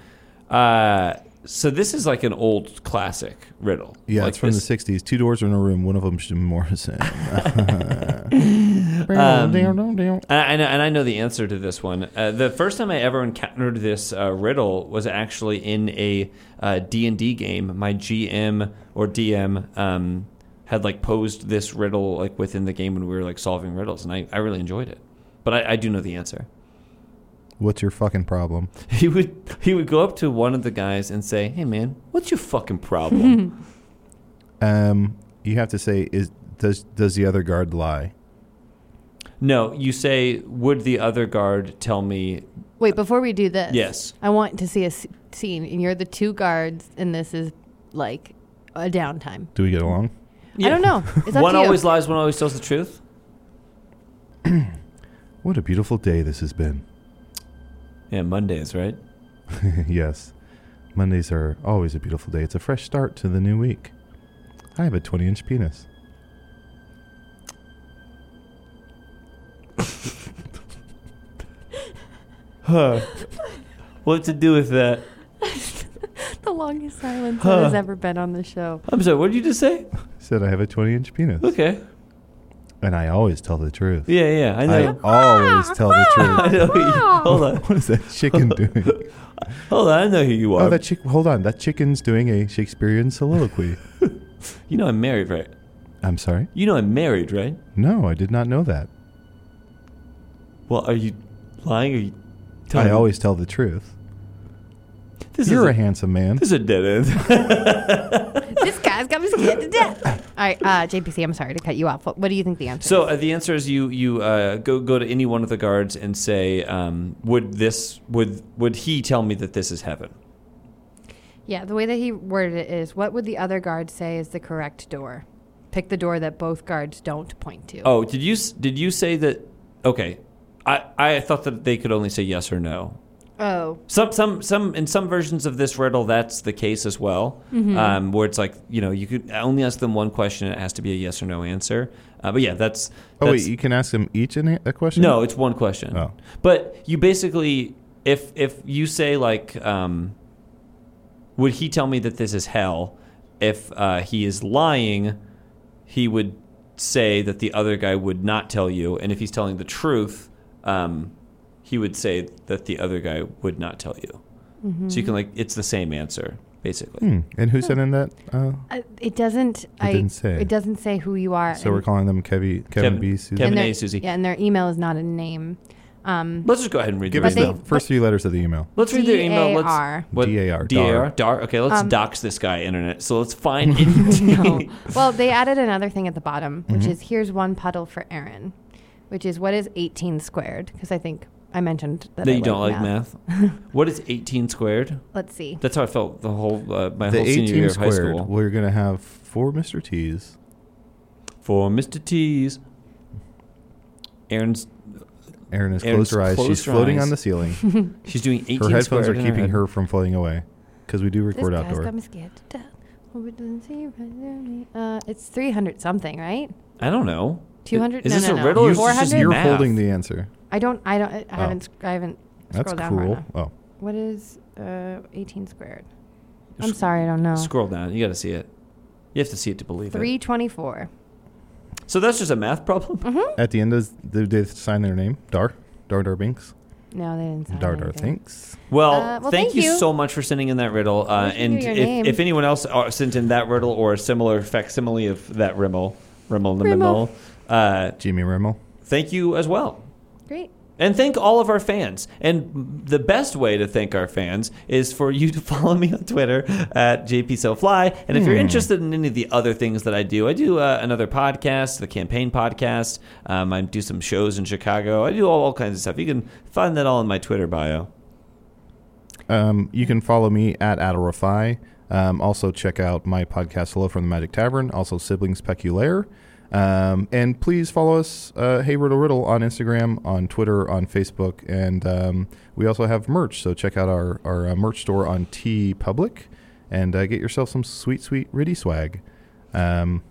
S8: Uh, so this is like an old classic riddle.
S2: Yeah,
S8: like
S2: it's from
S8: this-
S2: the 60s. Two doors are in a room. One of them's Jim Morrison.
S8: Um, and, I, and I- and I know the answer to this one. Uh, the first time I ever encountered this uh, riddle was actually in a uh, D&D game. My GM or DM um, had like posed this riddle like within the game when we were like solving riddles, and I, I really enjoyed it. But I, I do know the answer.
S2: What's your fucking problem?
S8: He would he would go up to one of the guys and say, "Hey man, what's your fucking problem?"
S2: Um, you have to say, is does does the other guard lie?
S8: no, you say, "Would the other guard tell me?"
S4: Wait, before we do this,
S8: Yes.
S4: I want to see a s- scene, and you're the two guards, and this is like a downtime.
S2: Do we get along?
S4: I don't know. It's up
S8: one
S4: to you.
S8: always lies. One always tells the truth.
S2: What a beautiful day this has been.
S8: Yeah, Mondays, right?
S2: yes. Mondays are always a beautiful day. It's a fresh start to the new week. I have a 20 inch penis.
S8: Huh. What to do with that?
S4: the longest silence
S8: Huh.
S4: that has ever been on the show.
S8: I'm sorry. What did you just say?
S2: Said I have a 20 inch penis.
S8: Okay.
S2: And I always tell the truth.
S8: Yeah, yeah. I
S2: I
S8: know.
S2: always
S4: Ah,
S2: tell the
S8: I
S2: truth.
S8: know. who you- Hold on.
S2: What is that chicken doing?
S8: Hold on. I know who you are.
S2: Oh, that chick. Hold on. That chicken's doing a Shakespearean soliloquy.
S8: you know I'm married, right?
S2: I'm sorry.
S8: You know I'm married, right?
S2: No, I did not know that.
S8: Well, are you lying? Are you telling
S2: I
S8: me-
S2: always tell the truth.
S8: This
S2: You're
S8: is
S2: a, handsome man.
S8: This is a dead end.
S4: this guy's got me scared to death. All right, uh, JPC, I'm sorry to cut you off. What, what do you think the answer
S8: so
S4: is?
S8: uh, the answer is you you uh, go go to any one of the guards and say, um, would this would would he tell me that this is heaven?
S4: Yeah, the way that he worded it is what would the other guard say is the correct door? Pick the door that both guards don't point to.
S8: Oh, did you s- did you say that? Okay, I I thought that they could only say yes or no.
S4: Oh.
S3: Some, some, some. In some versions of this riddle, that's the case as well,
S4: Mhm.
S3: um, where it's like you know you could only ask them one question. and It has to be a yes or no answer. Uh, but yeah, that's.
S2: Oh wait,
S3: that's-
S2: you can ask them each an- a question.
S3: No, it's one question.
S2: Oh.
S3: But you basically, if if you say like, um, would he tell me that this is hell? If uh, he is lying, he would say that the other guy would not tell you, and if he's telling the truth, um, he would say that the other guy would not tell you. So you
S4: Mhm.
S3: can like, it's the same answer basically.
S2: Hmm. And who sent in that? Uh,
S4: Uh, it doesn't. I.
S2: didn't say.
S4: It doesn't say who you are.
S2: so we're
S4: and-
S2: calling them Kevin, Kevin,
S3: Kevin-
S2: B. Susie.
S3: Kevin
S4: and their-
S3: A. Susie.
S4: Yeah, and their email is not a name. Um,
S3: Let's just go ahead and read
S2: Give
S3: the
S2: us
S4: But
S3: email.
S2: the
S4: they-
S2: first three letters of the email.
S3: Let's read their email.
S4: DAR.
S3: Let's what-
S2: DAR.
S3: DAR. DAR. Okay, let's
S4: Um,
S3: dox this guy, internet. So let's find him.
S4: no. Well, they added another thing at the bottom, which
S3: Mhm.
S4: is here's one puddle for Aaron, which is what is 18 squared? Because I think I mentioned that.
S3: that
S4: I
S3: you don't like
S4: liked
S3: math. what is 18 squared?
S4: Let's see.
S3: That's how I felt the whole uh, my
S2: the
S3: whole senior
S2: 18
S3: year of high
S2: squared.
S3: school.
S2: We're gonna have four Mr. T's.
S3: For Mr. T's, Aaron's
S2: Erin has
S3: Erin's
S2: closed her eyes.
S3: closed
S2: She's
S3: her
S2: floating
S3: eyes.
S2: on the ceiling.
S3: she's doing 18
S2: her headphones are
S3: squared in
S2: keeping
S3: head.
S2: her from floating away because we do
S4: This
S2: record
S4: guy's
S2: outdoor.
S4: got me scared to death. Hope it doesn't see you, but there me- Uh, it's 300 something, right?
S3: I don't know.
S4: 200?
S3: Is
S4: No,
S3: this
S4: no,
S3: a
S4: no.
S3: riddle? or is this
S4: You're-
S3: just
S4: you're
S3: math?
S2: holding the answer.
S4: I don't. I don't. I
S2: Oh.
S4: haven't. sc- I haven't.
S2: That's
S4: scrolled down
S2: cool.
S4: Hard enough.
S2: Oh,
S4: What is uh, 18 squared? I'm
S3: Just
S4: sorry, I don't know.
S3: Scroll down. You got to see it. You have to see it to believe it.
S4: 324.
S3: So that's just a math problem.
S4: Mm-hmm.
S2: at the end, does do they sign their name? Dar, Dar Dar Binks,
S4: No, they didn't. Sign
S2: Dar Dar
S4: anything.
S2: Thinks.
S3: Well,
S4: Uh, well,
S3: thank,
S4: thank
S3: you,
S4: you.
S3: so much for sending in that riddle. Uh,
S4: Wish I knew
S3: and
S4: your
S3: if,
S4: name.
S3: if anyone else uh, sent in that riddle or a similar facsimile of that rimmel, rimmel, the
S4: Rimmel.
S3: mimmel, uh,
S2: Jimmy Rimmel.
S3: thank you as well.
S4: Great.
S3: And thank all of our fans. And the best way to thank our fans is for you to follow me on Twitter at JPSoFly. And if you're
S2: Hmm.
S3: interested in any of the other things that I do, I do uh, another podcast, the campaign podcast. Um, I do some shows in Chicago. I do all, all kinds of stuff. You can find that all in my Twitter bio.
S2: Um, you can follow me at Adorify. Um, also, check out my podcast, Hello from the Magic Tavern, also Siblings Peculaire. Um, and please follow us, uh, Hey Riddle Riddle, on Instagram, on Twitter, on Facebook. And um, we also have merch, so check out our, our uh, merch store on T Public and uh, get yourself some sweet, sweet Riddy swag. Um,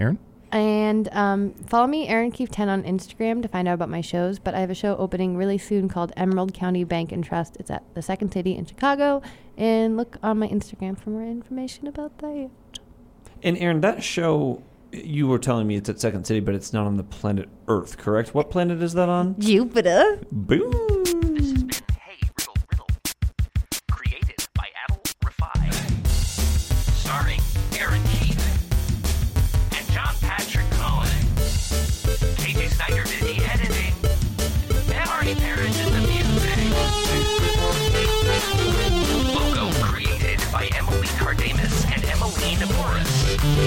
S2: Aaron?
S4: And um, follow me, Erin Keefe 10 on Instagram to find out about my shows. But I have a show opening really soon called Emerald County Bank and Trust. It's at the Second City in Chicago. And look on my Instagram for more information about that.
S3: And Aaron, that show you were telling me it's at Second City, but it's not on the planet Earth, correct? What planet is that on?
S4: Jupiter.
S3: Boom.
S1: Hey Riddle Riddle. Created by Adel Rafai. Starring Aaron Keith and John Patrick Cohen. KJ Snyder did the editing. And Artie Parrish did the music. Logo created by Emily Cardamus and Emily Naporis.